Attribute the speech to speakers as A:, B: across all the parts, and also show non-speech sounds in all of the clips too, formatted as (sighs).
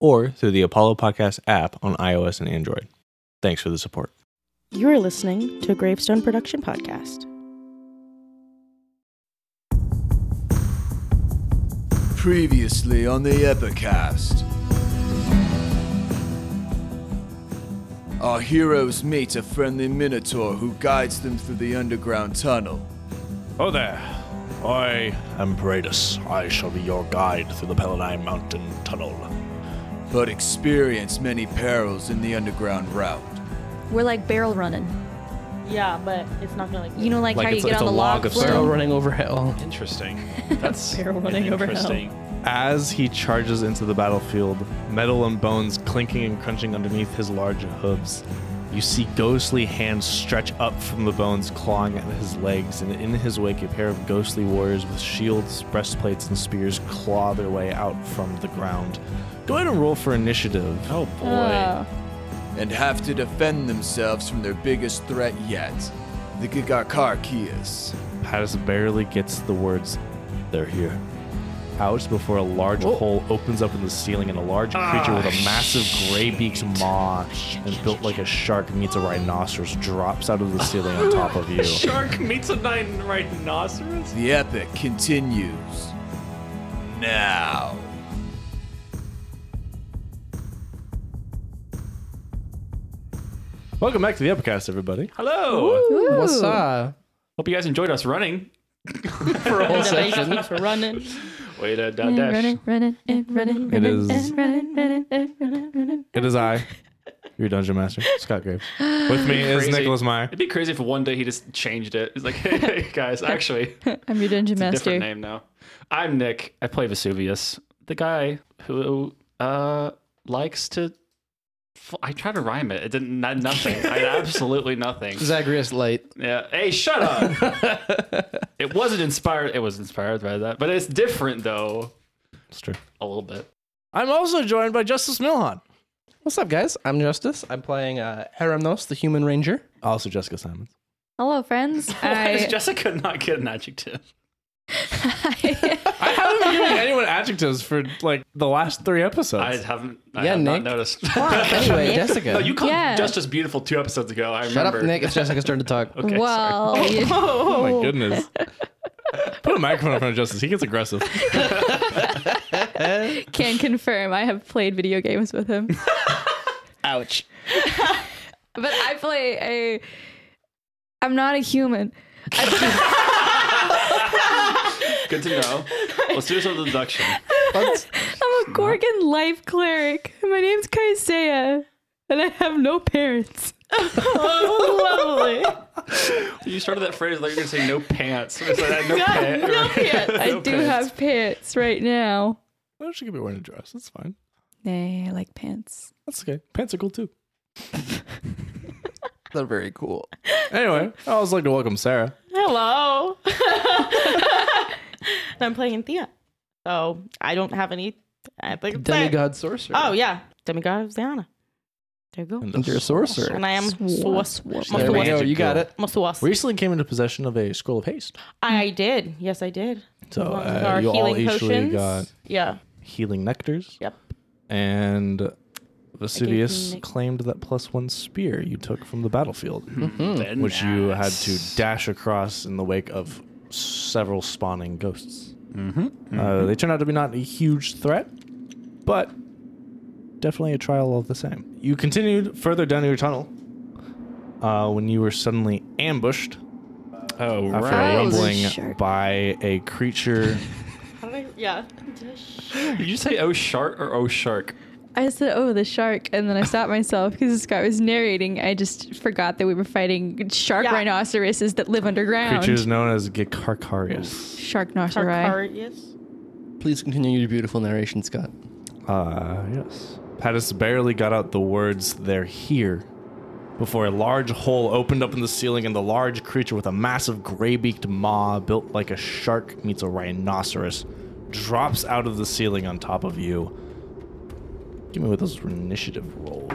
A: or through the Apollo Podcast app on iOS and Android. Thanks for the support.
B: You're listening to a Gravestone Production Podcast.
C: Previously on the Epicast. Our heroes meet a friendly minotaur who guides them through the underground tunnel.
D: Oh there. I am Bradus. I shall be your guide through the Peladine Mountain Tunnel.
C: but experience many perils in the underground route.
E: We're like barrel running.
B: Yeah, but it's not gonna like
E: You know, like,
F: Like
E: how you
F: it's-
E: get
F: it's
E: on
F: a
E: the
F: log
E: log,
F: of
E: float?
F: snow.
G: Barrel running over hell.
E: (laughs)
D: Interesting. That's
E: Barrel running
D: an
E: over hell.
D: interesting.
F: As he charges into the battlefield, metal and bones clinking and crunching underneath his large hooves, you see ghostly hands stretch up from the bones, clawing at his legs, and in his wake, a pair of ghostly warriors with shields, breastplates, and spears claw their way out from the ground. Go ahead and roll for initiative.
D: Oh boy.
C: and have to defend themselves from their biggest threat yet, the Gigakarkias.
F: Pattis barely gets the words, they're here. Out before a large hole opens up in the ceiling and a large creature with
B: Ah,
F: a massive gray beaked maw and built like a shark meets a rhinoceros drops out of the ceiling on top of
B: (laughs)
F: you.
D: Shark meets a nine rhinoceros?
C: The epic continues now.
F: Welcome back to the Epicast, everybody.
D: Hello.
G: What's up?
D: Hope you guys enjoyed us running.
G: (laughs)
D: (laughs) uh,
G: For a whole session.
B: we're running.
D: Way to da-
E: And
D: dash.
E: running, running, and running,
F: It is-
E: running, and running, running, and running, running.
F: It is I, your dungeon master, Scott Graves. With me is
D: Crazy.
F: Nicholas (laughs) Meyer.
D: It'd be crazy if one day he just changed it. It's like, (laughs) hey, hey, guys, actually,
E: (laughs) I'm your dungeon
D: a different
E: master.
D: name now. I'm Nick. I play Vesuvius, the guy who uh likes to. f- I tried to rhyme it. It didn't. Not, nothing. I
G: (laughs)
D: absolutely nothing.
G: Zagreus Light.
D: Yeah. Hey, shut up.
G: (laughs)
D: it wasn't inspired. It was inspired by that, but it's different though
F: It's true.
D: a little bit.
F: I'm also joined by Justice Milhan.
G: What's up, guys? I'm Justice. I'm playing uh, Heremnos, the Human Ranger.
F: Also Jessica Simons. (laughs)
E: Hello, friends.
D: Why does
E: I,
D: Jessica not get an adjective?
F: I haven't been giving anyone adjectives for like the last three
D: I
F: episodes.
D: haven't. I
G: Yeah,
D: have
G: Nick.
D: not noticed.
G: (laughs) Anyway,
D: (laughs)
G: Jessica.
D: no, you called
E: Yeah.
D: Justice beautiful two episodes ago. I
G: Shut
D: remember.
G: up, Nick. It's Jessica's turn to (laughs) talk.
D: Okay, sorry.
E: well,
F: (laughs)
E: you-
F: Oh my goodness. (laughs) Put a microphone in front of Justice. He gets aggressive.
E: can confirm I have played video games with him.
G: Ouch.
E: But I play a. I'm not a human.
D: Good
E: (laughs)
D: to know. Let's do some deduction.
E: I'm a Gorgon life cleric. My name's Kaisea, and I have no
F: (laughs)
E: parents.
F: Oh,
B: Lovely.
D: You started that phrase like you're gonna say no pants. It's like, I had no
B: (laughs)
D: pants.
B: no pants.
E: (laughs) I
D: No
E: do
D: pants.
E: have pants right now.
F: Oh, she could be wearing a dress. That's fine.
E: Nay, I like pants.
F: That's okay. Pants are cool too.
G: They're very cool.
F: Anyway, I always like to welcome Sarah.
B: (laughs) (laughs) Hello. and I'm playing Thea. So I don't have any. uh, I think it's that.
G: Demigod Sorcerer.
B: Oh yeah, demigod of Ziana. There you go.
G: And you're a sorcerer.
B: And I am Swas.
F: There we
B: Swas.
F: go.
B: Swas.
F: Magic
G: You got
F: girl.
G: it.
B: Swas.
F: Recently came into possession of a scroll of haste.
B: I did. Yes, I did.
F: So
B: Along with
F: uh,
B: our
F: you all
B: healing
F: easily
B: potions.
F: got
B: Yeah.
F: healing nectars.
B: Yep.
F: And
B: I gave
F: Vesuvius
B: you nec-
F: claimed that plus one spear you took from the battlefield,
G: Hmm. Mm-hmm.
D: Then
F: which you had
D: nice.
F: to dash across in the wake of several spawning ghosts. Uh, they turned out to be not a huge threat, but definitely a trial all the same. You continued further down your tunnel uh, when you were suddenly ambushed
D: Oh
F: after a
D: right.
E: Right. Oh,
F: rumbling
E: sure.
F: by a creature.
B: How did I? Yeah.
D: Did you say oh shark or oh shark?
E: I said, "Oh, the shark," and then I stopped myself because Scott was narrating. I just forgot that we were fighting shark
B: Yeah.
E: rhinoceroses that live underground.
F: Creatures known as Gikarkarius.
E: Shark rhinoceri.
B: Tarkarius.
G: Please continue your beautiful narration, Scott.
F: Ah, yes. Pattis barely got out the words, they're here, before a large hole opened up in the ceiling and the large creature with a massive gray beaked maw built like a shark meets a rhinoceros drops out of the ceiling on top of you. Give me with those initiative rolls.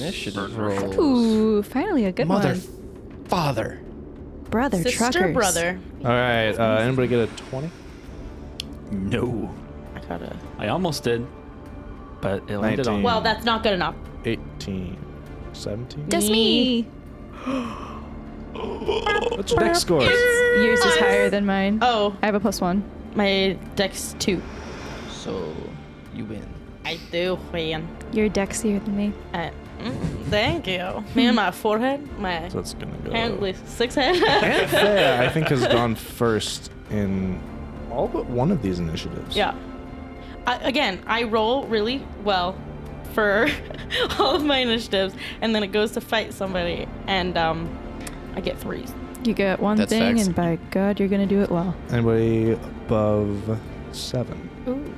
G: Initiative rolls.
E: Ooh, finally a good
G: Mother,
E: one.
G: father.
E: Brother,
B: Sister,
E: truckers.
B: brother.
F: All right, uh, anybody get a 20?
D: No.
B: I uh, gotta.
D: I almost did, but it landed on.
F: Nineteen.
B: Well, that's not good enough.
F: 18, 17?
E: That's me.
F: What's your deck score?
E: Yours is higher than mine.
B: Oh,
E: I have a plus one.
B: my dex two.
G: So you win.
B: I do win.
E: You're dexier than me.
B: I, mm, thank you. Me and my forehead, my
F: So that's gonna go.
B: apparently six
F: (laughs)
B: head.
F: Thea, I think, has gone first in all but one of these initiatives.
B: (laughs) yeah. I, again, I roll really well for (laughs) all of my initiatives, and then it goes to fight somebody, and um, I get threes.
E: You get one
G: That's
E: thing,
G: facts.
E: and by God, you're gonna do it well.
F: Anybody above seven?
B: Ooh.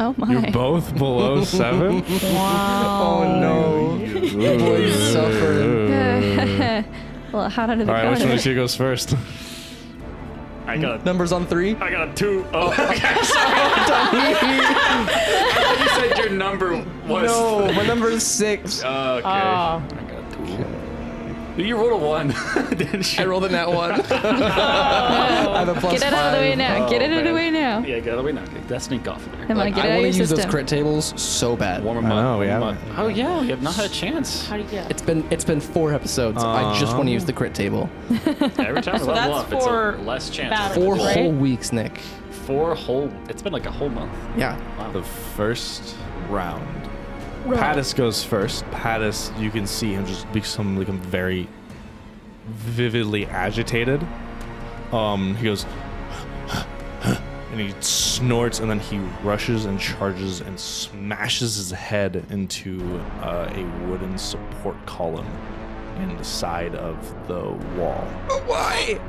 E: Oh my.
F: You're both below seven?
E: Wow. oh
G: Boy, suffer.
E: (laughs) well, hot under the
F: All right, which one
E: counter.
F: of you goes first?
D: I got. A,
G: Numbers on three.
D: I got a two. (laughs) Oh, okay. Sorry. (laughs) you said your number was.
G: No, Oh, my number is (laughs) six.
D: Okay.
B: Oh.
D: I got a two. You rolled a one, (laughs) didn't you?
G: I rolled in that one. I have a plus
E: Get it out of the way
G: five.
E: now. get it out of the
D: man.
E: way now.
D: (laughs) Yeah, get out of the way now. Okay, That's sneak off of there.
E: Come on,
G: Like,
E: get it
G: I
E: out of
G: want
E: your
G: to use
E: system.
G: those crit tables so bad.
D: Warm 'em
F: I
D: up.
F: know, we
D: warm 'em
F: haven't.
D: up. Oh yeah, we have not had a
B: (laughs)
D: chance.
B: How do you get?
G: It's been it's been four episodes. I just want to use the crit table.
D: Every time we level
B: that's
D: up, it's
B: for
D: a less chance.
B: battle.
G: Four
B: Right?
G: whole weeks, Nick.
D: Four whole. It's been like a whole month.
G: Yeah.
F: The first round. Pattis goes first. Pattis, you can see him just become like very vividly agitated. Um, he goes (gasps) and he snorts and then he rushes and charges and smashes his head into uh, a wooden support column in the side of the wall.
H: Why?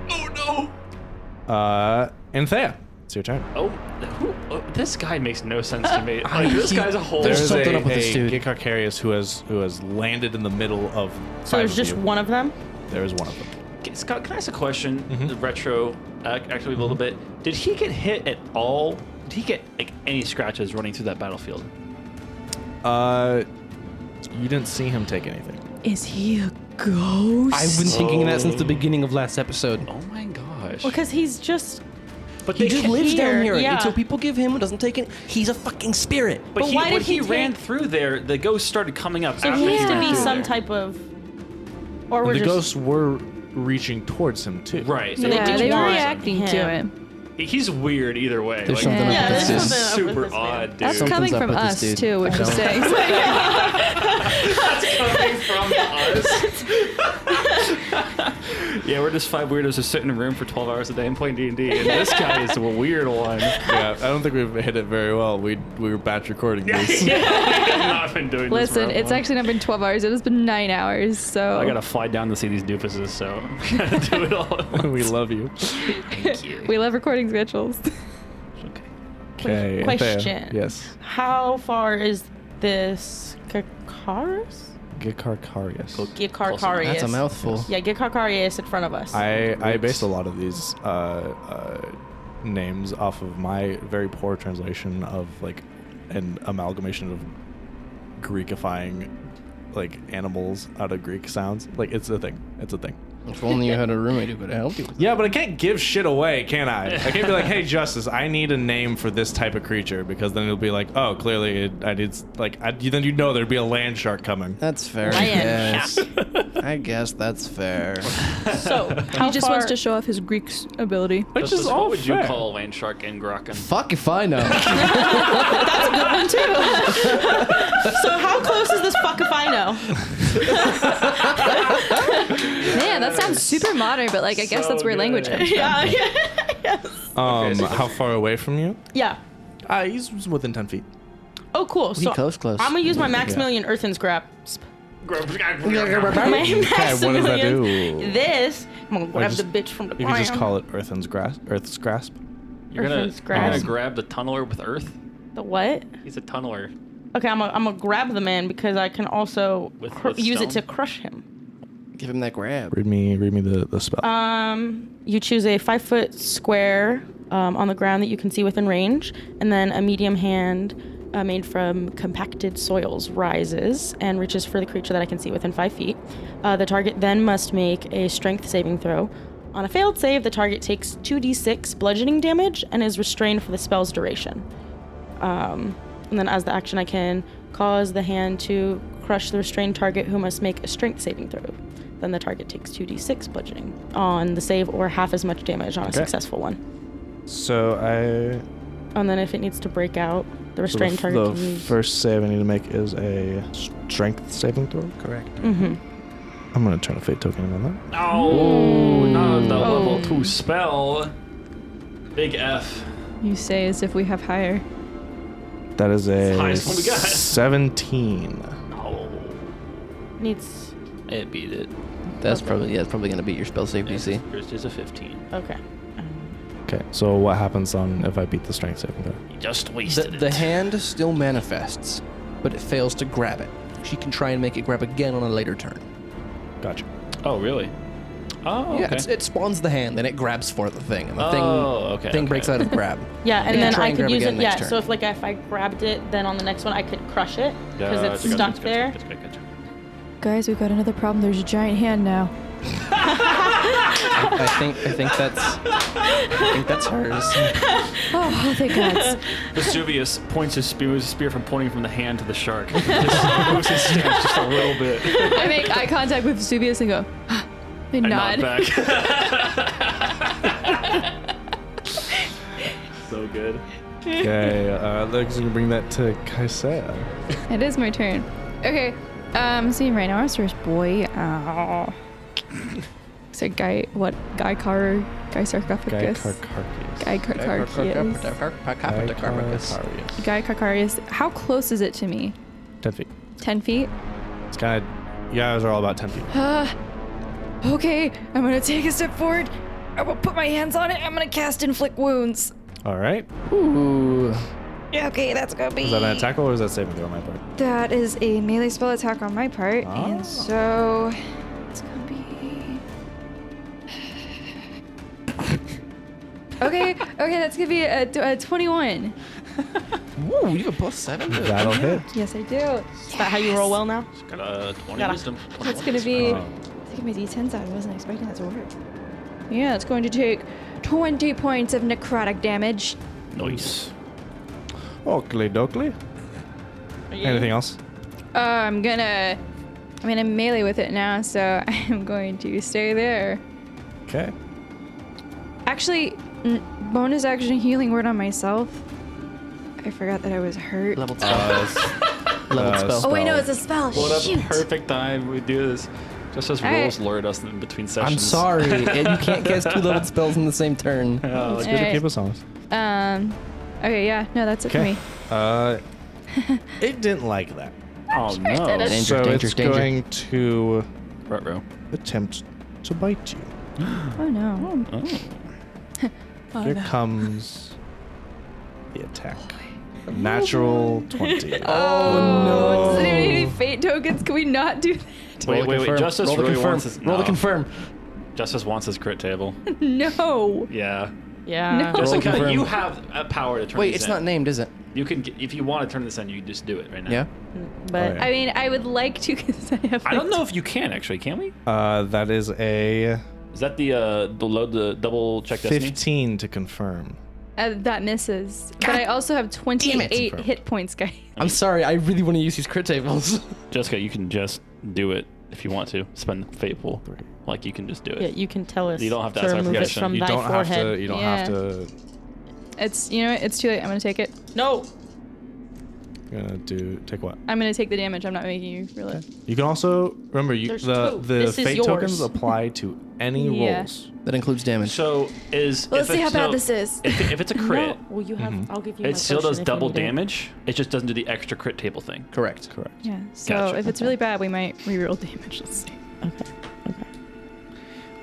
H: Oh
F: Uh, and Thea, it's your turn.
D: Oh, who, oh, this guy makes no sense to (laughs) me. Like, this
G: he-
D: guy's a whole.
G: There's
F: There's
G: something
F: a,
G: up with this
F: a
G: dude.
F: Gikakarius who has who has landed in the middle of.
B: So
F: five
B: there's
F: of
B: just
F: you.
B: one of them.
F: There is one of them.
D: Okay, Scott, can I ask a question? The retro, uh, actually, a little bit. Did he get hit at all? Did he get like any scratches running through that battlefield?
F: Uh, you didn't see him take anything.
E: Is he a ghost?
G: I've been thinking that since the beginning of last episode.
D: Oh my gosh!
B: Because he's just.
D: but
G: He
D: they
G: just
D: ca-
G: lives down
B: here,
G: here,
B: yeah.
G: and so people give him doesn't take it. He's a fucking spirit.
D: But,
B: But
D: he,
B: why
D: when
B: did he
D: ran
B: take-
D: through there, the ghost started coming up.
B: So
D: after
B: he has to
D: ran
B: be
D: through
B: some
D: there.
B: type of. Or we're
F: the
B: just.
F: ghosts were reaching towards him too.
D: Right. so
E: yeah,
B: did
E: they were
B: want
E: reacting to it.
B: him.
D: He's weird either way. like,
G: There's something up
B: Yeah,
G: with
B: there's
G: this dude.
B: something- up with
D: super
B: this man.
D: odd, dude.
E: That's
G: Something's
E: coming
G: up
E: from
G: with this
E: us
G: dude.
E: too, which
G: I
E: is
G: don't-
E: saying
D: coming from us. (laughs) yeah, we're just five weirdos who sit in a room for 12 hours a day and play D&D, and this guy is a weird (laughs) one.
F: Yeah, I don't think we've hit it very well. We we were batch recording this.
D: (laughs) I've been doing this for
E: Listen,
D: a
E: it's
D: while.
E: actually not been 12 hours. It has been nine hours. So
D: I gotta fly down to see these doofuses, so (laughs) I gotta do it all. at
F: (laughs)
D: once.
F: we love you.
E: we love recording schedules.
D: okay.
F: Okay.
B: Question.
F: Yes.
B: How far is this Kakaris?
F: Gikarkarius.
B: Gikarkarius.
G: That's a mouthful.
B: Yeah, Gikarkarius in front of us.
F: I I based a lot of these uh, uh, names off of my very poor translation of like an amalgamation of Greekifying like animals out of Greek sounds. Like it's a thing. It's a thing.
G: If only you had a roommate who could help you.
F: Yeah, but I can't give shit away, can I? I can't be
A: (laughs)
F: like, "Hey, Justice, I need a name for this type of creature," because then it'll be like, "Oh, clearly, it, I need s- like I, then you know there'd be a land shark coming."
G: That's fair. I
B: Lion.
G: guess. I guess that's fair.
B: so how
E: he just
B: far,
E: wants to show off his Greek ability.
F: Which is all
D: what would
F: fair.
D: you call land shark and Grokken?
G: Fuck if I know.
B: So how close is this fuck if I know? (laughs)
F: (laughs)
E: Man, that sounds super modern, but like I guess
D: So
E: that's where
D: good.
E: language comes from.
B: yeah, yeah.
F: Um, how far away from you?
B: Yeah.
F: Uh, he's within ten feet.
B: Oh, cool. So
G: close, close.
B: I'm gonna use my Maximilian Earthen's grab.
F: (laughs)
B: My
F: what does that
B: Maximilian's-
F: do?
B: This. I'm gonna grab
F: just-
B: the bitch from the
F: You can just
B: ground.
F: call it Earthen's grasp. Earth's grasp.
D: You're gonna,
B: Earth's
D: you're gonna
B: grasp.
D: grab the tunneler with Earth?
B: the what?
D: He's a tunneler.
B: Okay, I'm gonna I'm gonna grab the man because I can also
D: With-
B: cr-
D: with
B: use it to
D: stone?
B: crush him.
I: (laughs) Give him that grab.
J: Read me, read me the, the spell.
E: Uh.
B: Um, you choose a five foot square um, on the ground that you can see within range, and then a medium hand uh, made from compacted soils rises and reaches for the creature that I can see within five feet. Uh, the target then must make a strength saving throw. On a failed save, the target takes 2d6 bludgeoning damage and is restrained for the spell's duration. Um, and then, as the action, I can cause the hand to crush the restrained target who must make a strength saving throw. Then the target takes 2d6 bludgeoning on the save or half as much damage on a successful one.
A: So I
B: And then, if it needs to break out, the
A: so the,
B: restrained
A: f-
B: target
A: the
B: can use.
A: first save I need to make is a strength saving throw.
I: Correct.
B: hmm
A: I'm gonna turn a fate token on that.
D: Oh, not the
B: Oh.
D: level two spell. Big F.
E: You say as if we have higher.
A: That is
D: It's
A: a
D: (laughs) the highest one we got.
A: seventeen.
D: No.
B: Needs.
D: It beat it.
I: That's probably yeah, it's probably gonna beat your spell save DC.
D: Yours is a 15.
B: Okay.
A: Okay, so what happens on if I beat the strength saving throw?
D: You just
I: The,
D: wasted
I: the
D: it.
I: hand still manifests, but it fails to grab it. She can try and make it grab again on a later turn.
A: Gotcha.
D: Oh, really? Oh,
I: Yeah,
D: okay.
I: it's, it spawns the hand, and it grabs for the thing, and the
D: Oh,
I: thing
D: okay,
I: thing
D: okay.
I: breaks out of grab.
B: Yeah, and
I: You
B: then
I: try
B: I
I: and
B: could
I: grab
B: use it.
I: again
B: Yeah,
I: next turn.
B: so if like if I grabbed it, then on the next one I could crush it because
D: Gotcha,
B: it's
D: gotcha,
B: stuck
D: gotcha,
B: there.
D: gotcha, gotcha, gotcha.
E: Guys, we've got another problem. There's a giant hand now.
I: I think I think that's I think that's hers.
E: Oh, (laughs) thank God.
D: Vesuvius points his spear, his spear from pointing from the hand to the shark. just moves his stance just a little bit.
E: I make eye contact with Vesuvius and go, (gasps) "Ah," and
D: And
E: nod.
D: not back. so good.
A: Okay, uh, Lex is gonna bring that to Kaisea.
E: It is my turn. Okay. Um, see rhinoceros boy. Ow. so guy, what? Guy car, guy
A: Guy
E: sarcophagus.
A: Karkarkius.
E: guy carcarius.
A: Karkarkius.
E: Guy carcarius. How close is it to me?
A: Ten feet.
E: Ten feet.
A: It's kind of. You guys are all about ten
E: (gasps)
A: feet.
E: Uh, okay. I'm gonna take a step forward. I will put my hands on it. I'm gonna cast inflict wounds.
A: All right.
I: Ooh.
E: Okay, that's gonna be.
A: Is that an attack roll or is that saving throw on my part?
E: That is a melee spell attack on my part,
A: Ah.
E: and so it's gonna be. (sighs) okay, okay, that's gonna be a, a 21.
I: Ooh, you have a plus seven. to it.
A: That'll hit.
E: Yes, I do.
B: Is that how you roll well now?
D: It's got a 20
B: Gotta-
D: wisdom.
E: That's gonna be. Taking my d10s out, I wasn't expecting that to work. Yeah, it's going to take 20 points of necrotic damage.
D: Nice.
A: Oakley dokley. Anything else?
E: Uh, I'm gonna. I'm gonna melee with it now, so (laughs) I'm going to stay there.
A: Okay.
E: Actually, n- bonus action healing word on myself. I forgot that I was hurt.
I: Leveled spell. Leveled
A: uh,
I: spell.
E: oh wait, no,
A: spell.
E: it's a spell.
D: What
E: Shoot.
D: a perfect time we do this. Just as
E: Alright.
D: rules lured us in between sessions.
I: I'm sorry.
G: (laughs)
I: you can't cast two leveled spells in the same turn.
D: Oh, it's
E: All right.
A: Keep us honest.
E: Um. Okay, yeah, no, that's it for
A: Okay.
E: me.
A: Uh, it didn't like that.
D: Oh no.
I: Danger,
A: so
I: danger,
A: it's
I: danger.
A: going to
D: Right, row.
A: attempt to bite you.
E: Oh no.
B: Oh,
A: Here comes the attack. Natural
B: (laughs)
A: 20.
E: Oh, Does anybody need any fate tokens? Can we not do that? (laughs)
D: Wait,
I: Roll
D: wait,
I: to
D: wait.
I: confirm.
D: Justice
I: Roll to
D: really
I: confirm.
D: wants his.
I: Roll to
D: no.
I: confirm.
D: Justice wants his crit table. (laughs)
E: No.
D: Yeah.
B: Yeah.
E: No.
D: Just
I: Roll
D: like how
I: confirm.
D: you have a power to turn.
I: Wait,
D: these
I: it's
D: in.
I: not named, is it?
D: You can, g- if you want to turn this in, you can just do it right now.
I: Yeah.
B: But
A: Oh, yeah.
E: (laughs) I mean, I would like to (laughs) because I have.
D: I don't
E: like-
D: know if you can actually. Can we?
A: Uh, that is a
D: Is that the uh, the load the double check destiny?
A: 15 to confirm.
E: Uh, that misses, but I also have 28
A: Confirmed.
E: hit points, guys. (laughs)
I: I'm sorry. I really want to use these
G: (laughs)
I: crit tables.
D: Jessica, you can just do it if you want to. Spend fateful. Like you can just do it.
B: yeah, you can tell us
D: You don't have to
B: to
D: ask our
B: remove it
D: permission.
B: from
A: You
B: thy
A: don't
B: forehead.
A: have to. You don't have
E: Yeah.
A: to.
E: It's you know what? it's too late. I'm gonna take it.
B: No.
A: You're gonna uh, do take what?
E: I'm gonna take the damage. I'm not making you realize.
A: You can also remember you
B: There's
A: the
B: two.
A: the
B: This is
A: fate
B: yours.
A: tokens apply to
B: (laughs)
A: any
E: Yeah.
A: rolls.
I: that includes damage.
D: So is
E: Let's see
D: if it's-
E: how bad
D: no,
E: this is. (laughs)
D: If, if it's a
B: No.
D: crit,
B: Well, you have. I'll give you. my
D: it still
B: potion
D: does
B: if you
D: double
B: need it.
D: damage. It just doesn't do the extra crit table thing.
I: Correct.
A: Correct.
E: Yeah. So
D: Gotcha.
E: if it's really bad, we might reroll damage. Let's see.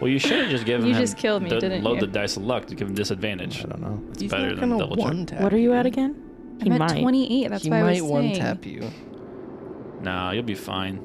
D: Well, you should have just given
E: You
D: him
E: just killed me,
D: the-
E: didn't
D: load
E: you?
D: the dice of luck to give him disadvantage.
A: I don't know.
D: It's better than double check.
B: What are you at again? He
E: I'm at
B: might.
E: 28. That's
I: he
E: why I was
I: might one
E: saying.
I: tap you.
D: Nah, you'll be fine.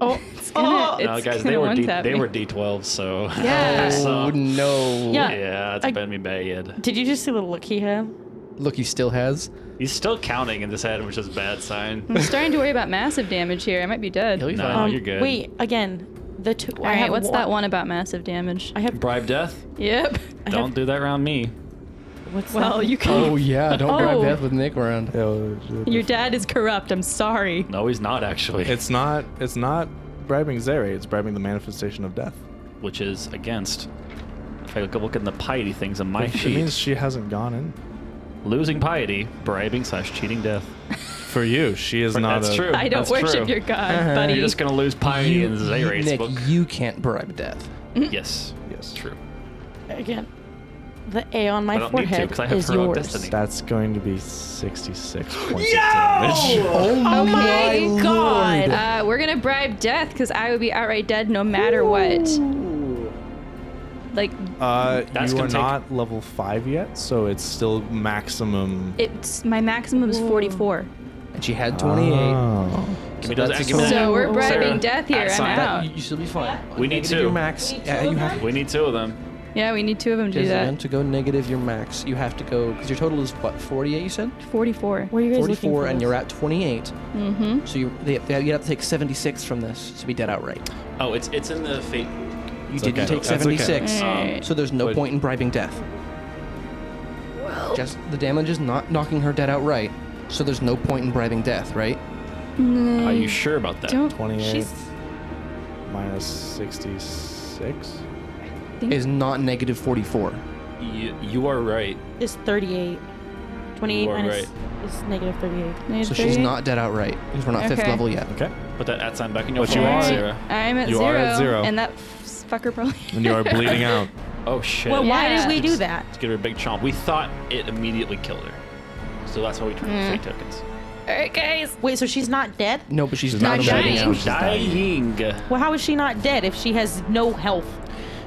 E: Oh, it's gonna, it's
D: no, guys,
E: gonna
D: they were
E: one
D: D-
E: tap
D: they
E: me.
D: were D12, so
E: Yeah.
I: Oh
D: So-
I: no!
B: Yeah.
D: yeah, it's
B: I-
D: been me bad.
B: Did you just see the look he had?
I: Look, he still has.
D: He's still counting in this head, which is a bad sign.
E: (laughs) I'm starting to worry about massive damage here. I might be dead.
I: He'll
E: All
I: be
D: No,
I: fine.
D: Oh, you're good.
B: Um, Wait, again, the two. I
E: right,
B: have
E: what's that one about massive damage?
B: I have.
D: Bribe death?
E: (laughs) Yep.
B: I
D: Don't
B: have
D: do that around me.
B: what's
E: Well,
B: that?
E: you can.
I: Oh yeah, don't grab
B: Oh.
I: death with Nick around.
E: Your dad is corrupt. I'm sorry.
D: No, he's not actually.
A: It's not. It's not bribing Zeri. It's bribing the manifestation of death.
D: which is against. If I look in the piety things on my
A: It
D: sheet,
A: means she hasn't gone in.
D: losing piety, bribing slash cheating death.
A: For you, she is not.
D: That's
A: a,
D: true.
E: I don't
D: That's
E: worship
D: true.
E: your god,
I: Uh-huh.
E: buddy.
D: (laughs) You're just gonna lose piety
I: You-
D: in Zayrate's
I: Nick,
D: book.
I: you can't bribe death.
D: Yes,
A: Yes.
D: true.
B: again? The A on
D: I
B: my
D: don't need to,
B: forehead
D: 'cause I have
B: is
D: heroic
B: yours.
D: destiny.
A: That's going to be
D: (gasps)
A: 66 points of damage.
I: Oh
E: my
I: my
B: God.
I: lord.
E: Uh, we're gonna bribe death because I would be outright dead no matter what. Like
A: Uh,
D: That's
A: you
D: gonna
A: are
D: take-
A: not level five yet, so it's still maximum.
E: it's my maximum is 44.
I: And she had 28.
A: Oh.
D: Give me
I: So
D: those-
I: that's
D: give me
I: a-
D: that.
E: So we're bribing
D: Sarah,
E: death here.
D: that's
E: I'm
D: fine.
E: out.
I: You, you should be fine.
D: We need
I: negative
D: two.
I: Your max. Yeah, you have
D: We need two of them.
E: Yeah, we need two of them to do
I: Jason,
E: that.
I: to go negative your max. You have to go because your total is what 48. You said
E: 44.
B: What are you guys looking
I: 44,
B: for?
I: and you're at 28.
E: Mm-hmm.
I: So you they, they, you have to take 76 from this to be dead outright.
D: Oh, it's it's in the fate.
I: You didn't
A: okay.
I: take
A: That's okay.
I: 76.
D: Um,
E: Alright.
I: So there's no
D: But-
I: point in bribing death. Just the damage is not knocking her dead outright. So there's no point in bribing death, right?
D: Are you sure about that?
E: Don't.
A: 28
E: She's.
A: minus 66.
I: Is not negative 44.
D: You, you are right.
B: Is 38. 28
D: You are
B: minus is negative 38.
I: So she's not uh, dead outright because we're not fifth
E: Okay.
I: level yet.
A: Okay.
D: Put that at sign back in your
A: But you
D: phone,
A: are-
D: Sarah.
E: I'm at
A: You
E: zero.
A: are at zero.
E: And that f- fucker probably. (laughs)
A: And you are
D: (laughs)
A: bleeding out.
D: Oh shit.
B: Well, why
E: Yeah.
B: did we do that?
D: Let's give her a big chomp. We thought it immediately killed her, so that's why we turned
E: Mm.
D: to fate tokens.
E: Alright, guys.
B: Wait, so she's not dead?
I: No, but she's,
A: She's
I: not,
A: not
I: dying.
A: dying.
I: She's
D: Dying.
B: Well, how is she not dead if she has no health?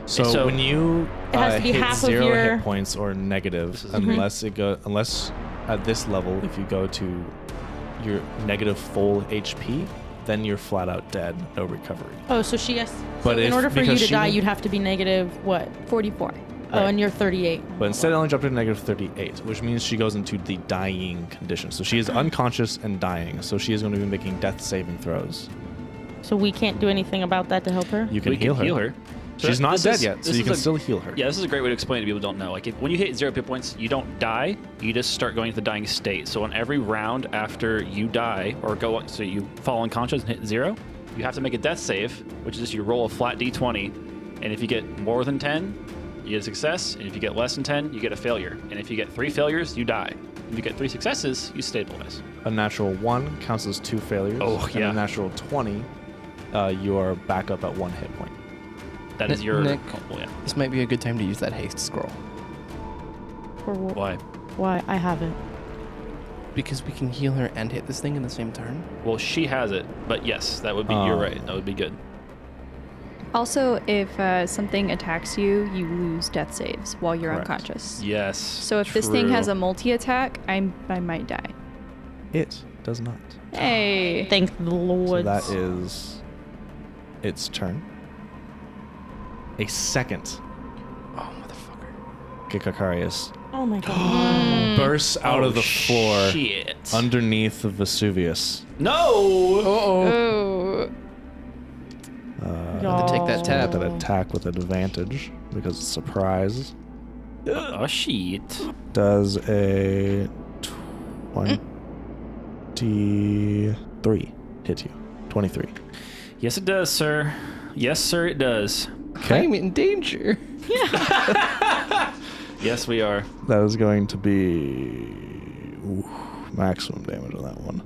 A: So,
D: So-
A: when you
B: It has
A: uh,
B: to be
A: hit
B: half of
A: zero
B: your-
A: hit points or negative,
D: is-
A: unless it go unless at this level, if you go to your negative full HP, then you're flat out dead, no recovery.
B: Oh, so she has.
A: But
B: so in
A: if-
B: order for you
A: because
B: to
A: she
B: die,
A: would-
B: you'd have to be negative what?
E: 44.
B: Oh,
A: Right.
B: and you're 38.
A: But instead, it only dropped her to negative 38, which means she goes into the dying condition. So she is unconscious and dying. So she is going to be making death saving throws.
B: So we can't do anything about that to help her?
A: You can,
D: we
A: heal,
D: can
A: her.
D: heal her. So
A: She's not
D: this
A: dead
D: is-
A: yet, so
D: this
A: you
D: is
A: can
D: a-
A: still heal her.
D: Yeah, this is a great way to explain to people who don't know. Like, if, when you hit zero pit points, you don't die. You just start going into the dying state. So on every round after you die or go, so you fall unconscious and hit zero, you have to make a death save, which is just you roll a flat d20, and if you get more than ten, you get a success, and if you get less than ten, you get a failure, and if you get three failures, you die. If you get three successes, you stabilize.
A: A natural 1 counts as two failures.
D: Oh,
A: and
D: yeah.
A: a natural 20, uh, you are back up at one hit point.
D: That
I: Ni-
D: is your.
I: Nick.
D: Oh, yeah.
I: This might be a good time to use that haste scroll
B: For wh-
D: Why?
B: Why? I haven't.
I: because we can heal her and hit this thing in the same turn.
D: Well, she has it, but yes, that would be. you're
A: Oh.
D: right. That would be good.
E: Also, if uh, something attacks you, you lose death saves while you're
A: Correct.
E: unconscious.
D: Yes.
E: So if this thing
D: true.
E: has a multi attack, I'm I might die.
A: It does not.
E: Hey.
B: Thank the
A: So
B: Lord.
A: that is its turn. A second
I: Oh motherfucker.
A: Gikakarius
B: oh
A: (gasps)
B: my god.
A: bursts out
D: Oh,
A: of the floor
D: Shit.
A: underneath the Vesuvius.
D: no.
I: Uh oh.
E: Oh.
A: Uh,
B: Y'all.
I: Take that
A: that
I: tab.
A: attack with an advantage because it's surprise.
D: Oh shit.
A: Does a 23 hit you? 23.
D: Yes, it does, sir. Yes, sir, it does.
I: I'm in danger.
D: Yes, we are.
A: That is going to be ooh, maximum damage on that one.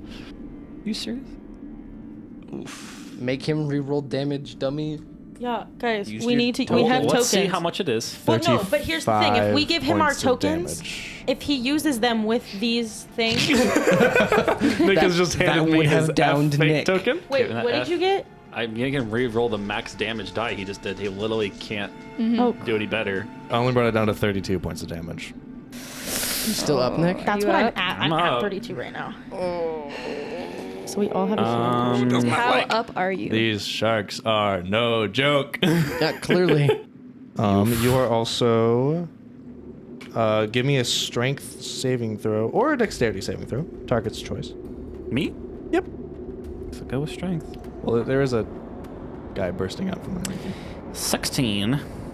D: You serious?
I: Make him reroll damage, dummy.
B: Yeah, guys,
I: Use
B: we
I: your
B: need to. We
I: token.
B: have
D: Let's
B: tokens.
D: see how much it is.
B: Well, no, but here's the thing. If we
A: 35
B: give him our
A: points of
B: tokens,
A: damage.
B: if he uses them with these
D: (laughs)
A: (laughs)
B: things.
A: Nick
I: That-
A: has just
I: that
A: handed me
I: would have
A: his
I: downed
A: F fate
I: Nick.
A: token.
B: Wait,
D: Give him
B: what did
D: that F.
B: you get?
D: I'm making re-roll the max damage die he just did. He literally can't
B: Oh,
D: do any better.
A: I only brought it down to 32 points of damage.
I: Still up, Nick?
B: That's
E: You
B: what I'm
E: up?
B: at. I'm,
D: I'm
B: at
D: up.
B: 32 right now. So we all have a healing.
D: Um,
E: How up are you?
A: These sharks are no joke.
I: Yeah, (laughs) clearly.
A: (laughs) Um, you are also. Uh, give me a strength saving throw or a dexterity saving throw. Target's choice.
D: me?
A: Yep.
D: So go with strength.
A: Well, there is a guy bursting out from underneath you.
D: Sixteen.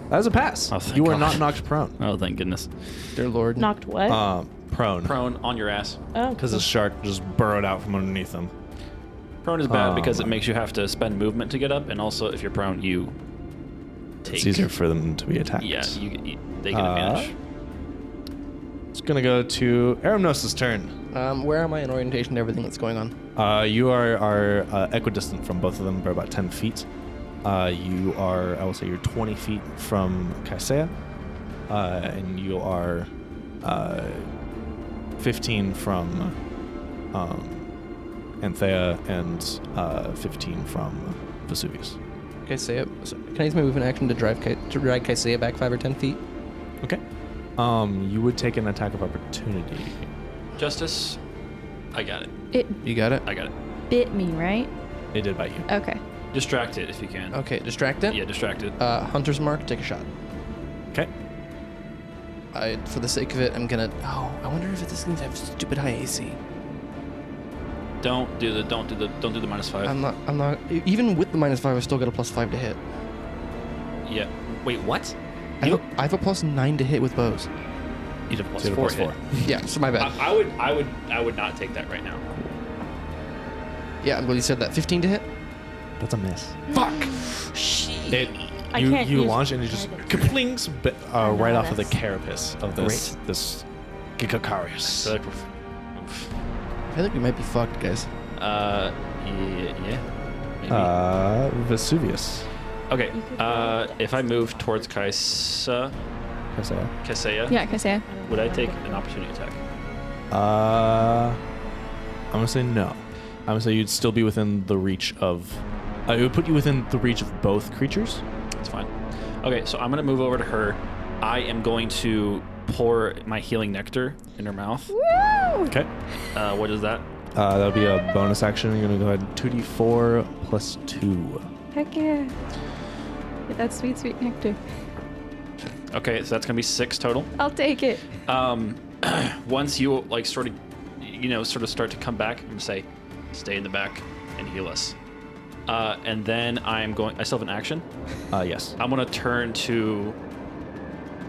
A: That was a pass.
D: Oh, thank
A: you are
D: God.
A: not knocked prone.
D: Oh, thank goodness.
I: Dear Lord.
B: Knocked what?
D: uh,
A: Um, prone.
D: Prone on your ass.
B: oh,
A: Because the shark just burrowed out from underneath them.
D: Prone is bad
A: Um,
D: because it makes you have to spend movement to get up, and also if you're prone, you take.
A: It's easier for them to be attacked.
D: Yeah, you, you, they get
A: Uh,
D: advantage.
A: It's gonna go to Aramnos' turn.
I: Um, where am I in orientation to everything that's going on?
A: Uh, you are are uh, equidistant from both of them by about ten feet. Uh, you are, I will say, you're twenty feet from Kaisea, uh, and you are uh, fifteen from um, Anthea, and uh, fifteen from Vesuvius.
I: Kaisea, so- can I use my movement action to drive Ka- to drag Kaisea back five or ten feet?
A: Okay. Um, you would take an attack of opportunity.
D: Justice. I got it.
E: It
I: You got it.
D: I got it.
E: bit me, right?
A: It did bite you.
E: Okay.
D: Distract it if you can.
I: Okay, distract it.
D: Yeah, distracted.
I: Uh, Hunter's mark. Take a shot.
A: Okay.
I: I, for the sake of it, I'm gonna. Oh, I wonder if this thing's have stupid high AC.
D: Don't do the. Don't do the. Don't do the minus five.
I: I'm not. I'm not. Even with the minus five, I still got a plus five to hit.
D: yeah. Wait, what?
I: I have, a, I have a plus nine to hit with bows.
D: You'd have plus
A: So you
D: four.
A: have a plus
D: hit.
I: Yeah, so my bad.
D: I, I would. I would. I would not take that right now.
I: yeah, I'm glad you said that. Fifteen to hit.
A: That's a miss.
I: Shit.
A: It,
B: I
A: you
B: can't
A: you
B: use
A: launch and it just
B: targets.
A: kaplings but, uh,
B: know
A: right off of the
B: this.
A: carapace of this this Gigakarius.
D: So, oof.
I: I think we might be fucked, guys.
D: Uh, yeah. yeah. Maybe.
A: Uh, Vesuvius.
D: okay. Uh, if I move towards Kaisa,
A: Kaisei.
D: Kaseya,
E: Yeah, Kaisea.
D: would I take an opportunity attack?
A: Uh, I'm gonna say no. I'm gonna say you'd still be within the reach of. Uh, it would put you within the reach of both creatures.
D: It's fine. Okay, so I'm gonna move over to her. I am going to pour my healing nectar in her mouth.
A: Okay.
D: Uh, what is that?
A: Uh, that'll be a bonus action. You're gonna go ahead two d four plus two.
E: Heck yeah. Get that sweet, sweet nectar.
D: Okay, so that's gonna be six total.
E: I'll take it. (laughs)
D: Um, (clears throat) once you like sort of, you know, sort of start to come back, I'm gonna say, stay in the back and heal us. Uh, and then I'm going. I still have an action.
A: Uh, yes.
D: I'm gonna turn to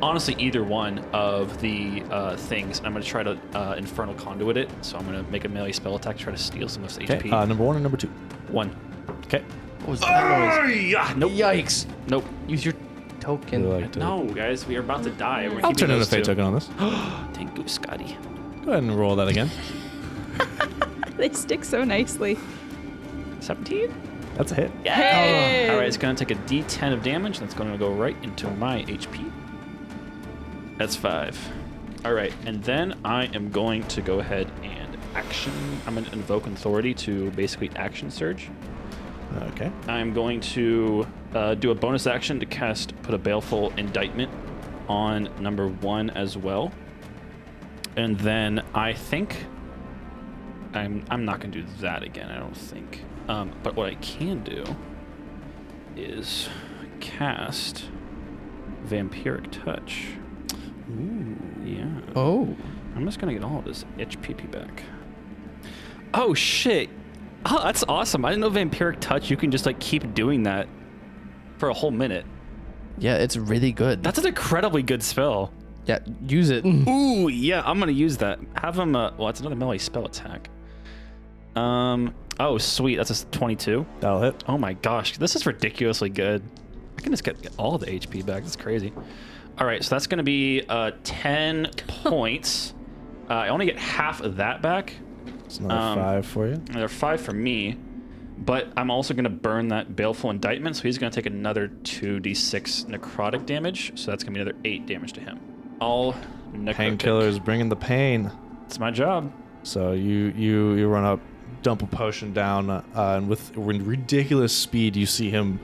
D: honestly either one of the uh, things. I'm gonna try to uh, infernal conduit it. So I'm gonna make a melee spell attack, try to steal some of the
A: Okay.
D: HP.
A: Uh, number one or number two.
D: one.
A: Okay.
I: What was that noise?
D: Yeah, nope.
I: Yikes!
D: Nope.
I: Use your token.
A: uh,
D: No, guys, we are about to die. We're
A: I'll
D: keeping
A: turn in a
D: those
A: fate
D: two.
A: token on this. (gasps) Go
D: Thank you, Scotty.
A: ahead and roll that again.
E: They stick so nicely.
D: 17?
A: That's a hit.
D: All right, it's going to take a d10 of damage, and it's going to go right into my HP. That's five. All right, and then I am going to go ahead and action. I'm going to invoke authority to basically action surge.
A: Okay.
D: I'm going to uh, do a bonus action to cast put a baleful indictment on number one as well, and then I think I'm I'm not gonna do that again. I don't think. Um, but what I can do is cast vampiric touch. Ooh. Yeah.
I: Oh.
D: I'm just gonna get all of this HPP back. Oh shit! Oh, that's awesome. I didn't know vampiric touch. You can just like keep doing that for a whole minute.
I: Yeah, it's really good.
D: That's an incredibly good spell.
I: yeah, use it.
D: Ooh, yeah, I'm gonna use that. Have him. Uh, well, it's another melee spell attack. Um. Oh, sweet. That's a s- 22.
A: That'll hit.
D: Oh my gosh, this is ridiculously good. I can just get get all the HP back. That's crazy. All right, so that's going to be uh, 10 points. Uh, I only get half of that back.
A: It's another
D: Um,
A: five for you.
D: Another five for me, but I'm also going to burn that baleful indictment. So he's going to take another 2d6 necrotic damage. So that's going to be another eight damage to him. All necrotic.
A: Painkillers bringing the pain.
D: It's my job.
A: So you you you run up, dump a potion down, uh, and with ridiculous speed, you see him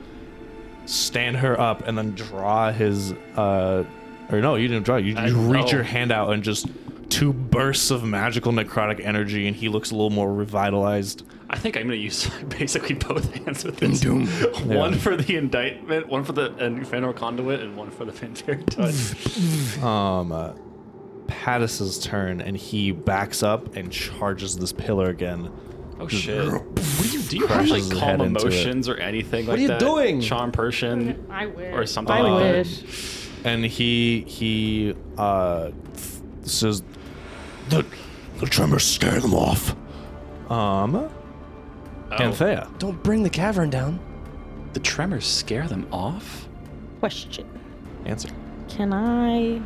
A: stand her up and then draw his. Uh, or no, you didn't draw. You, you
D: I-
A: reach
D: oh.
A: your hand out and just two bursts of magical necrotic energy, and he looks a little more revitalized.
D: I think I'm going to use (laughs) basically both hands with this. (laughs) one for the indictment, one for the infernal conduit, and one for the Fanfare touch.
A: Um, uh, Pattis's turn, and he backs up and charges this pillar again.
D: Oh shit! What do you do? You have
A: crashes
D: like
A: his head
D: calm
A: into it.
D: emotions or anything like
I: are you
D: that?
I: doing?
D: Charm person
B: I wish.
D: or something
B: I
D: like that.
B: wish.
A: and he he uh th- says the the tremors scare them off um
D: Oh.
A: Anthea
I: Don't bring the cavern down.
D: The tremors scare them off.
B: Question.
A: answer
B: Can I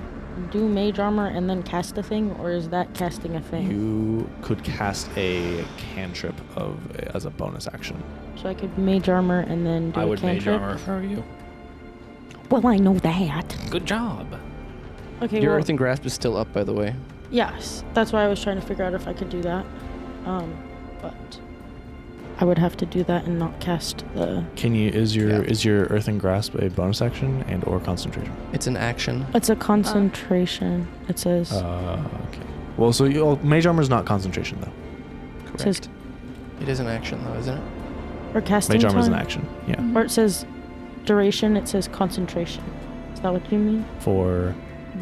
B: do mage armor and then cast a thing, or is that casting a thing?
A: you could cast a cantrip of as a bonus action
B: so I could mage armor and then do
D: I
B: a
D: would mage
B: cantrip?
D: armor for you.
B: Well, I know that.
D: Good job.
B: Okay.
I: Your
B: well,
I: earthen grasp is still up, by the way.
B: yes, that's why I was trying to figure out if I could do that. Um, but I would have to do that and not cast the.
A: can you is your
I: Yeah.
A: is your earthen grasp a bonus action and or concentration
I: It's an action.
B: It's a concentration. it says.
A: uh okay well so you oh, mage armor is not concentration though
B: it says
I: It is an action, though, isn't it?
B: or casting
A: mage armor is an
B: time.
A: action yeah
B: Or it says duration. It says concentration. Is that what you mean?
A: for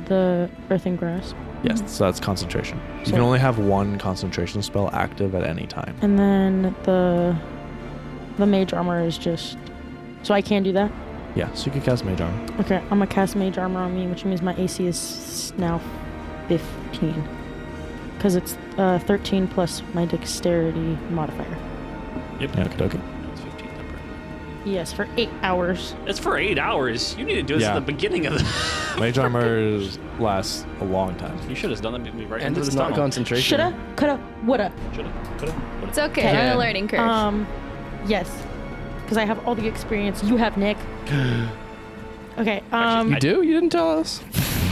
B: The earth and grass.
A: yes so that's concentration you
B: So-
A: can only have one concentration spell active at any time
B: And then the the mage armor is just so I can do that.
A: Yeah, so you could cast Mage Armor.
B: Okay, I'm gonna cast mage armor on me, which means my AC is s- now 15 because it's uh, 13 plus my dexterity modifier.
D: Yep.
A: Yeah, okay, okay.
D: It's 15 number.
B: Yes, for eight hours.
D: It's for eight hours. You need to do this
A: Yeah.
D: at the beginning of the. (laughs)
A: Mage Armor is, lasts a long time.
D: you should have done that right
I: And
D: into
I: it's
D: this
I: not
D: tunnel.
I: concentration.
B: Shoulda, coulda, woulda.
D: Shoulda, coulda, woulda.
E: It's okay.
B: Okay.
E: I'm on a learning curve.
B: Um, yes, because I have all the experience you have, Nick. Okay. Um,
I: You do? You didn't tell us.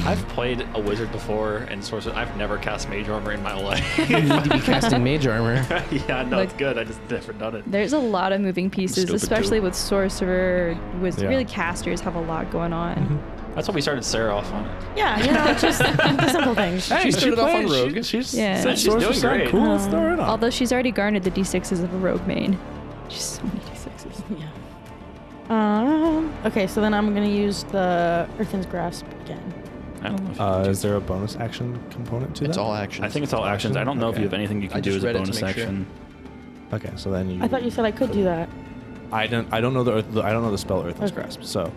D: I've played a wizard before and sorcerer. I've never cast mage armor in my (laughs) life.
I: You need to be casting mage armor.
D: (laughs) yeah, no, it's
E: Like-
D: good. I just never done it.
E: There's a lot of moving pieces,
D: Stupid
E: especially
D: too.
E: with sorcerer. With
A: Yeah.
E: really casters have a lot going on.
D: Mm-hmm. That's why we started Sarah off on it.
B: Yeah, you know, just the simple things.
I: She started off on rogue.
A: she's,
E: Yeah.
D: Said she's doing great.
A: Cool, let's throw her in on.
E: Although she's already garnered the d6s of a rogue main. Just so many d6s.
B: Yeah. Um. Okay, so then I'm gonna use the Earthen's Grasp again.
D: I don't know. If
A: uh, is there a bonus action component to
I: It's
A: that?
I: all action.
D: I think it's all actions. I don't know if you have anything you can
I: I
D: do
I: just
D: as a
I: read it to
D: bonus
I: make sure.
D: action.
A: Okay, so then you.
B: I thought you said I could do that.
A: I don't. I don't know the. Earth, I don't know the spell Earthen's
B: Okay.
A: Grasp. So.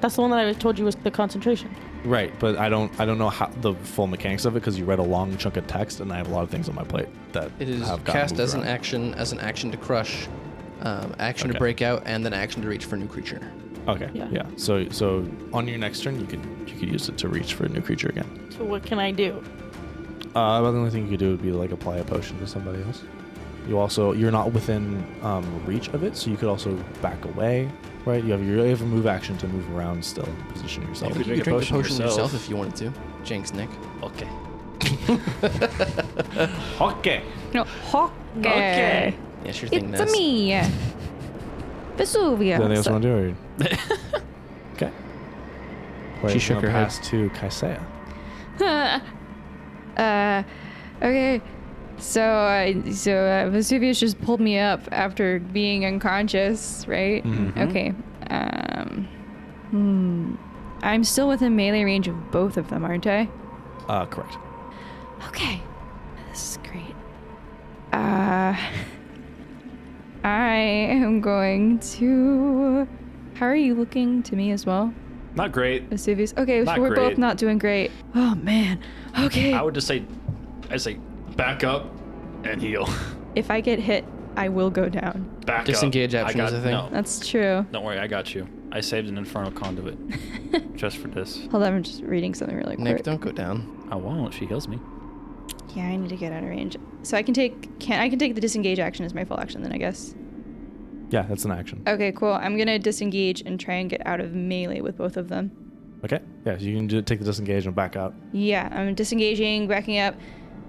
B: That's the one that I told you was the concentration.
A: right, but I don't. I don't know how the full mechanics of it because you read a long chunk of text and I have a lot of things on my plate that
I: It is
A: have gotten
I: cast
A: moved
I: as an
A: around.
I: action, as an action to crush, um, action
A: Okay.
I: to break out, and then action to reach for new creature.
A: Okay.
B: Yeah.
A: Yeah. So so on your next turn you can you could use it to reach for a new creature again.
B: So what can I do?
A: Uh, but the only thing you could do would be like apply a potion to somebody else. You also you're not within um, reach of it, so you could also back away, right? You have you have a move action to move around still and position yourself.
D: You could
I: You
D: make
I: could
D: a
I: drink
D: potion
I: the potion
D: yourself.
I: yourself. if you wanted to. Jinx, Nick.
D: Okay.
A: Okay.
E: No, Hawk.
D: Okay.
I: Yeah, sure thing.
E: It's a
I: Ness.
E: me. Vesuvia.
A: Anything else you want to do? Or... okay. Play
I: She shook
A: now
I: her head.
A: pass to Kaisea.
E: uh, okay. So, uh, so uh, Vesuvius just pulled me up after being unconscious, right?
D: Mm-hmm.
E: Okay. Um, hmm. I'm still within melee range of both of them, aren't I?
A: Uh, correct.
E: Okay. This is great. Uh, I am going to. How are you looking to me as well,
D: Not great.
E: Vesuvius? Okay,
D: Not
E: so we're
D: great.
E: both not doing great. Oh man. Okay.
D: I would just say, I say, back up and heal. (laughs)
E: if I get hit, I will go down.
D: Back
I: Disengage
D: up.
I: action
D: I
I: is
D: got,
I: a thing.
D: No,
E: That's true.
D: don't worry. I got you. I saved an infernal conduit
E: (laughs)
D: just for this.
E: Hold on, I'm just reading something really quick.
I: Nick, don't go down.
D: I won't. She heals me.
E: Yeah, I need to get out of range. So I can take can I can take the disengage action as my full action then I guess.
A: Yeah, that's an action.
E: Okay, cool. I'm gonna disengage and try and get out of melee with both of them.
A: Okay. Yeah, so you can do, take the disengage and back out.
E: Yeah, I'm disengaging, backing up,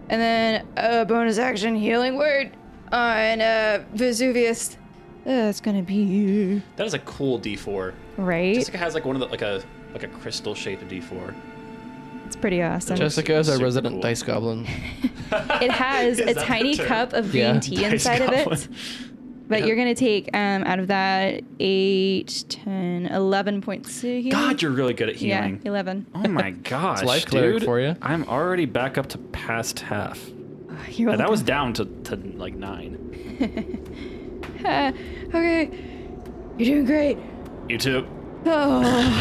E: and then uh, bonus action healing word on uh, Vesuvius. That's gonna be
D: That is a cool D4.
E: right.
D: Jessica has like one of the like a like a crystal shaped D4.
E: It's pretty awesome.
I: Jessica is a
D: Super
I: resident
D: cool.
I: dice goblin.
E: it has a tiny cup of green
D: (laughs)
I: Yeah.
E: tea inside of (laughs) it. But you're going to take um, out of that 8, 10, 11 points. to heal.
D: God, you're really good at
E: Yeah,
D: healing.
E: 11.
D: Oh my gosh,
I: life cleric
D: dude!
I: for ya.
D: I'm already back up to past half.
E: (laughs) You're
D: And that was
E: welcome.
D: down to, to like nine.
E: Uh, okay. You're doing great. (sighs)
D: You too.
E: Oh.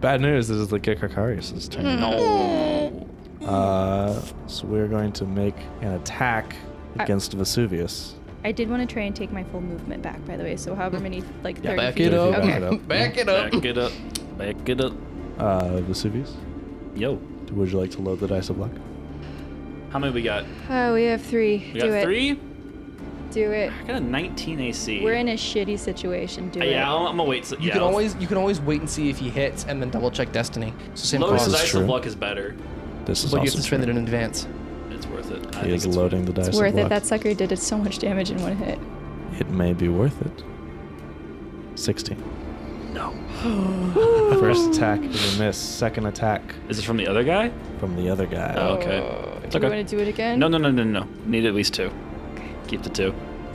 A: Bad news this is the Gikakarius' turn.
D: Hmm. No.
A: Uh, so we're going to make an attack against Vesuvius.
E: I did want to try and take my full movement back, by the way. So however many, like 30
I: Back
E: feet.
I: it up.
A: Back it
E: Okay.
A: up.
I: Back it up.
D: Back it up. Back it up.
A: Uh, Vesuvius,
D: Yo.
A: would you like to load the dice of luck?
D: How many we got?
E: Oh, we have three.
D: We
E: Do
D: got
E: it.
D: three?
E: Do it.
D: I got a 19 AC.
E: We're in a shitty situation. Do
D: Uh,
E: it.
D: yeah, I'm, I'm gonna wait. So,
I: You
D: yeah,
I: can
D: I'll-
I: always you can always wait and see if he hits and then double check destiny. It's the same
D: Lower
A: This
I: process.
A: is
D: dice
A: true.
D: of luck is better.
A: This is
I: but you have
A: also
I: to spend it
A: true.
I: in advance.
D: It's worth it. I
A: He
D: think
A: is
D: it's
A: loading the dice
E: It's
A: of
E: worth it.
A: luck.
E: That sucker did it so much damage in one hit.
A: It may be worth it. 16.
D: No.
A: (gasps) First attack is a miss. Second attack
D: Is this from the other guy?
A: from the other guy.
D: Oh, okay.
E: Oh,
D: It's
E: do
D: okay.
E: we want to do it again?
D: No, no, no, no, no. Need at least two. Keep the two.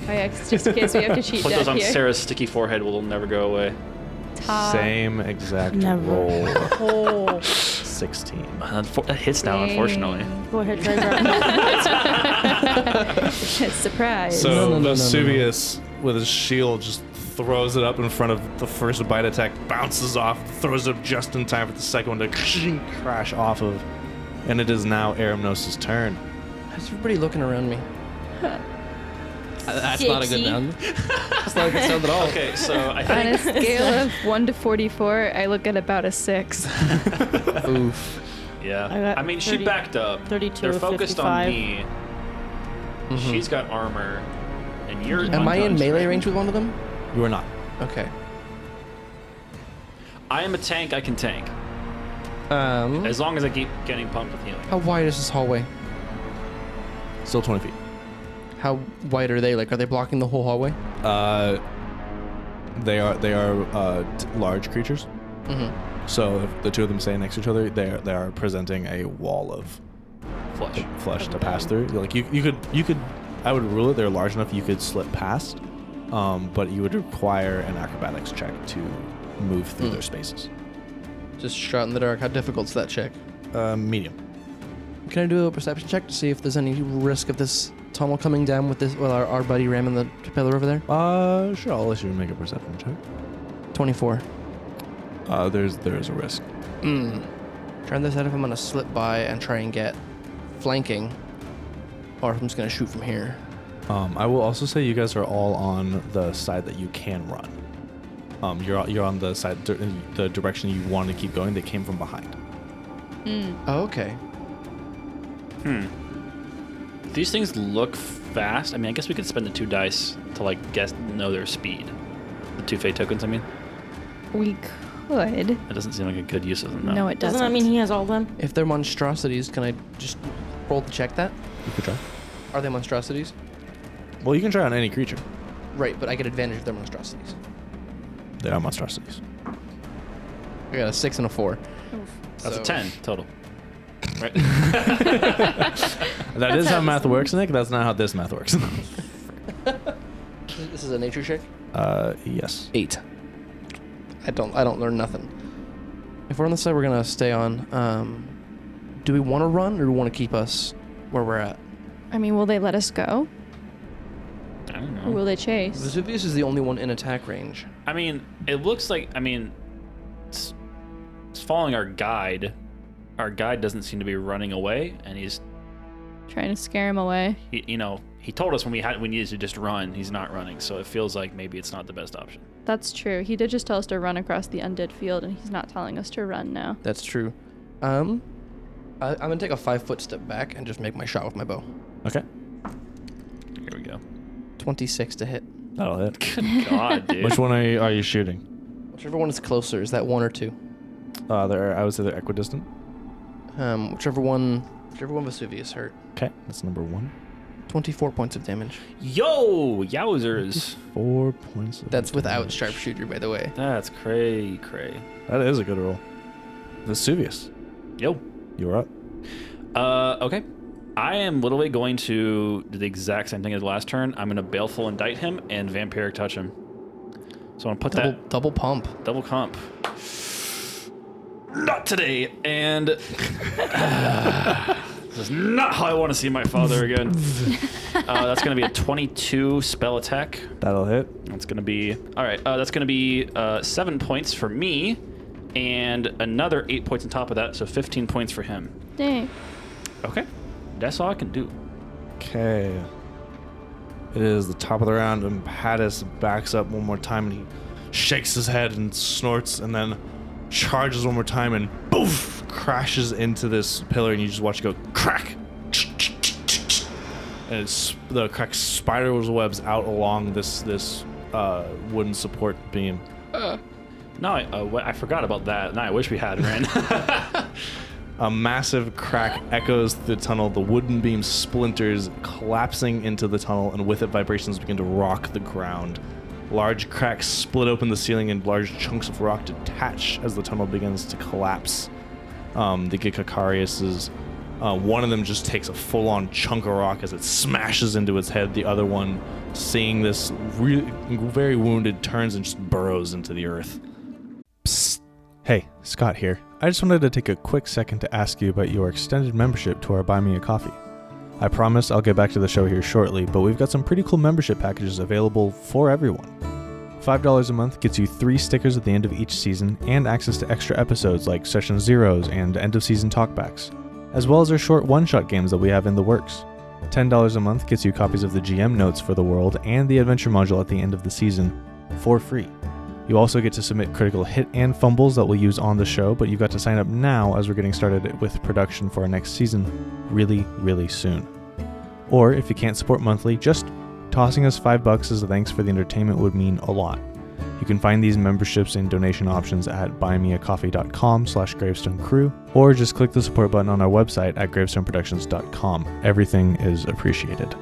E: Oh, yeah, 'cause just in case we have
D: (laughs)
E: to cheat
D: Put those
E: down
D: on
E: here.
D: Sarah's sticky forehead. Will never go away.
I: Oh.
E: Ta-
A: Same exact
B: Never.
I: (laughs)
A: roll.
E: Oh.
A: 16.
D: Uh, unfor- That hits now, unfortunately.
B: Go ahead, try that.
E: (laughs) Surprise.
A: So
I: No, no, no, no, no.
A: Vesuvius, with his shield, just throws it up in front of the first bite attack, bounces off, throws it up just in time for the second one to crash off of. And it is now Aramnos' turn.
I: How's everybody looking around me? That's not a good
B: Dixie.
I: sound. That's not a good sound at all.
D: Okay, so I
E: On
D: think
E: a (laughs) scale of 1 to 44, I look at about a 6.
I: Oof.
D: Yeah.
B: I
D: I,
B: got
D: mean, she
B: 30
D: backed up.
B: 32
D: They're
B: of
D: focused
B: 55.
D: on me.
A: Mm-hmm.
I: Mhm.
D: She's got armor, and you're.
I: Am I in
D: untouched,
I: melee
D: right?
I: range with one of them?
A: You are not.
I: Okay.
D: I am a tank. I can tank
I: Um.
D: as long as I keep getting pumped with healing.
I: how wide is this hallway?
A: Still 20 feet.
I: How wide are they? Like, are they blocking the whole hallway?
A: Uh, they are they are uh, t- large creatures.
I: Mm-hmm.
A: So if the two of them stand next to each other, they are, they are presenting a wall of
D: Flush.
A: flesh to pass through. Like you, you could you could I would rule it they're large enough you could slip past, um, but you would require an acrobatics check to move through
I: Hmm.
A: their spaces.
I: Just shot in the dark. How difficult is that check?
A: Uh, medium.
I: Can I do a perception check to see if there's any risk of this tunnel coming down with this? Well, our, our buddy ramming the pillar over there.
A: Uh, sure. I'll let you make a perception check.
I: Twenty-four.
A: Uh, there's there's a risk.
I: Mm. Trying to decide if I'm gonna slip by and try and get flanking, or if I'm just gonna shoot from here.
A: Um, I will also say you guys are all on the side that you can run. Um, you're you're on the side in the direction you want to keep going. They came from behind.
I: Oh, okay.
D: These things look fast. I mean, I guess we could spend the two dice to like guess know their speed. The two fate tokens. I mean,
E: we could.
D: that doesn't seem like a good use of them.
E: No,
D: though.
E: it doesn't.
B: Doesn't that mean he has all them?
I: If they're monstrosities, can I just roll to check that?
A: You could try.
I: Are they monstrosities?
A: Well, you can try on any creature.
I: Right, but I get advantage if they're monstrosities.
A: They are monstrosities.
I: I got a six and a four.
D: That's
I: So-
D: a ten total. (laughs) Right.
A: That is how math works, Nick. That's not how this math works. (laughs)
I: This is a nature check.
A: uh, yes.
I: Eight. I don't. I don't learn nothing. If we're on this side, we're gonna stay on. Um, do we want to run or do we want to keep us where we're at?
E: I mean, will they let us go?
D: I don't know.
E: Or will they chase?
I: Vesuvius is the only one in attack range.
D: I mean, it looks like. I mean, it's, it's following our guide. Our guide doesn't seem to be running away, and he's,
E: Trying to scare him away.
D: he, you know, he told us when we had we needed to just run. He's not running, so it feels like maybe it's not the best option.
E: That's true. He did just tell us to run across the undead field, and he's not telling us to run now.
I: That's true. Um, I, I'm gonna take a five foot step back and just make my shot with my bow.
A: Okay.
D: Here we go.
I: Twenty six to hit.
A: That'll hit.
E: (laughs)
D: God, dude.
A: Which one are you, are you shooting?
I: Whichever one is closer is that one or two.
A: Uh, they're, I would say they're equidistant.
I: Um, whichever one, whichever one Vesuvius hurt.
A: Okay, that's number one.
I: Twenty four points of damage.
D: Yo, yowzers.
A: Four points. Of
I: That's without
A: damage.
I: sharpshooter, by the way.
D: That's cray cray.
A: That is a good roll. Vesuvius,
D: Yo.
A: you're up.
D: Uh, okay. I am literally going to do the exact same thing as last turn. I'm going to Baleful Indict him and Vampiric Touch him. So I'm going to put
I: Double,
D: that
I: double pump.
D: double comp. Not today. And this is not how I want to see my father again. Uh, that's going to be a 22 spell attack.
A: That'll hit.
D: That's going to be. All right. Uh, that's going to be uh, seven points for me and another eight points on top of that. So 15 points for him.
E: Dang.
D: Okay. That's all I can do.
A: Okay. It is the top of the round, and Pattis backs up one more time, and he shakes his head and snorts, and then charges one more time, and boof, crashes into this pillar, and you just watch it go crack. And it's, the crack spiders webs out along this this uh, wooden support beam.
D: No, I, uh, wh- I forgot about that. No, I wish we had
E: (laughs)
D: (laughs) Ren.
A: A massive crack echoes through the tunnel. The wooden beam splinters, collapsing into the tunnel, and with it, vibrations begin to rock the ground. Large cracks split open the ceiling, and large chunks of rock detach as the tunnel begins to collapse. Um, the Gikakariuses, uh, one of them just takes a full on chunk of rock as it smashes into its head. The other one, seeing this really, very wounded, turns and just burrows into the earth.
J: Psst. Hey, Scott here. I just wanted to take a quick second to ask you about your extended membership to our Buy Me a Coffee. I promise I'll get back to the show here shortly, but we've got some pretty cool membership packages available for everyone. $5 a month gets you three stickers at the end of each season and access to extra episodes like Session Zeros and end of season talkbacks, as well as our short one shot games that we have in the works. $10 a month gets you copies of the GM notes for the world and the adventure module at the end of the season for free. You also get to submit critical hit and fumbles that we'll use on the show, but you've got to sign up now as we're getting started with production for our next season really, really soon. Or if you can't support monthly, just tossing us five bucks as a thanks for the entertainment would mean a lot. You can find these memberships and donation options at buymeacoffee.com slash gravestone crew, or just click the support button on our website at gravestoneproductions.com. Everything is appreciated.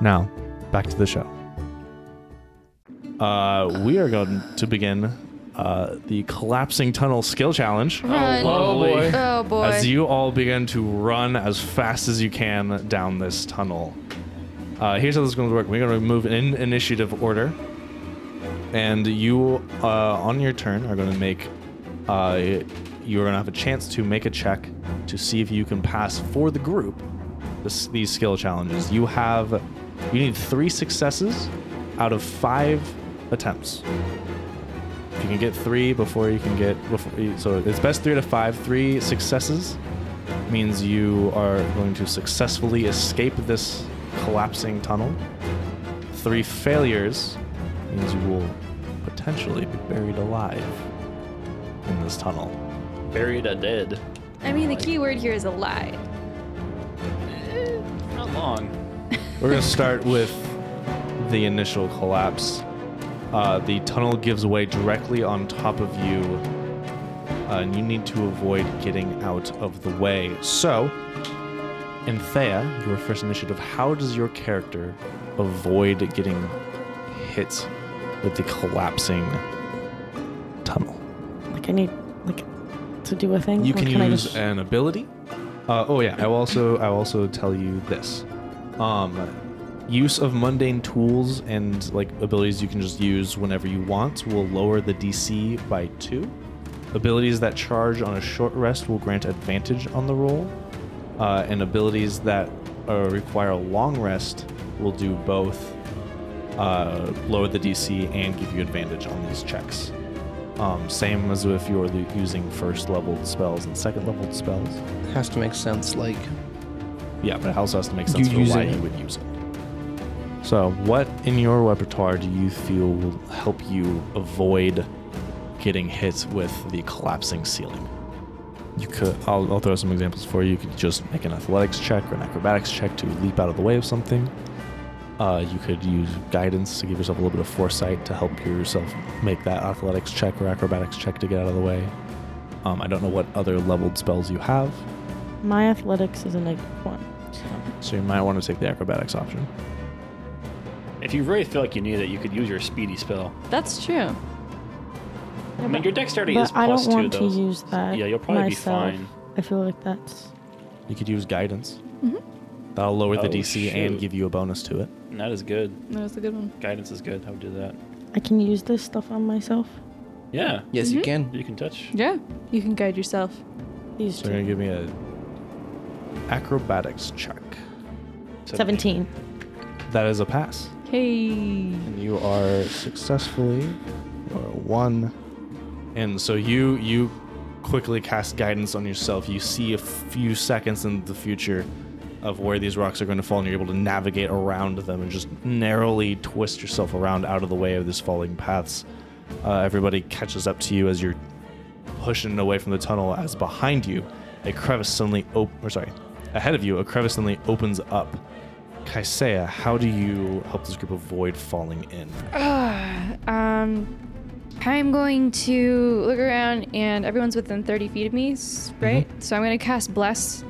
J: Now, back to the show.
A: Uh, we are going to begin uh, the collapsing tunnel skill challenge.
E: Run.
D: Oh, boy.
E: Oh boy.
A: As you all begin to run as fast as you can down this tunnel. Uh, here's how this is going to work. We're going to move in initiative order, and you, uh, on your turn, are going to make. Uh, you're going to have a chance to make a check to see if you can pass for the group this, these skill challenges. You have, you need three successes out of five attempts. If you can get three before you can get before you, so it's best three to five. Three successes means you are going to successfully escape this collapsing tunnel. Three failures means you will potentially be buried alive in this tunnel.
D: Buried a dead.
E: I mean, the key word here is a lie.
D: Not long.
A: We're going to start with the initial collapse. Uh, the tunnel gives way directly on top of you, uh, and you need to avoid getting out of the way. So, in Thea, your first initiative, how does your character avoid getting hit with the collapsing tunnel?
B: Like I need like to do a thing.
A: You
B: or
A: can,
B: I
A: use
B: just-
A: an ability. Uh, oh yeah, I will also I will also tell you this. Um, use of mundane tools and like abilities you can just use whenever you want will lower the DC by two. Abilities that charge on a short rest will grant advantage on the roll, uh, and abilities that uh, require a long rest will do both uh, lower the DC and give you advantage on these checks. Um, same as if you were lu- using first leveled spells and second leveled spells.
I: Has to make sense. Like
A: Yeah, but it also has to make sense
I: You
A: for why
I: using it.
A: you would use it. So, what in your repertoire do you feel will help you avoid getting hit with the collapsing ceiling? You could. I'll, I'll throw some examples for you. You could just make an athletics check or an acrobatics check to leap out of the way of something. Uh, you could use guidance to give yourself a little bit of foresight to help yourself make that athletics check or acrobatics check to get out of the way. Um, I don't know what other leveled spells you have,
B: my athletics is a negative one. So.
A: so you might want to take the acrobatics option.
D: If you really feel like you need it, you could use your speedy spell.
E: That's true.
D: I mean, your dexterity is
B: But I
D: plus
B: don't want
D: two,
B: to
D: though.
B: use that.
D: Yeah, you'll probably be
B: myself.
D: fine.
B: I feel like that's.
J: You could use guidance. That'll lower the
D: Oh,
J: DC and
D: shoot.
J: give you a bonus to it.
D: That is good.
E: That was a good one.
D: Guidance is good. I would do that.
B: I can use this stuff on myself.
D: Yeah.
I: Yes, you can.
D: You can touch.
E: Yeah, you can guide yourself.
B: These
A: So you're
B: two.
A: gonna give me a acrobatics check.
B: Seventeen.
A: That is a pass.
E: Hey.
A: And you are successfully uh, or one. And so you you quickly cast guidance on yourself. You see a few seconds in the future of where these rocks are going to fall, and you're able to navigate around them and just narrowly twist yourself around out of the way of these falling paths. Uh, everybody catches up to you as you're pushing away from the tunnel. As behind you, a crevice suddenly op- or sorry, ahead of you, a crevice suddenly opens up. Kaisea, how do you help this group avoid falling in?
E: (sighs) Um, I'm going to look around, and everyone's within 30 feet of me, s- right? So I'm going to cast Bless.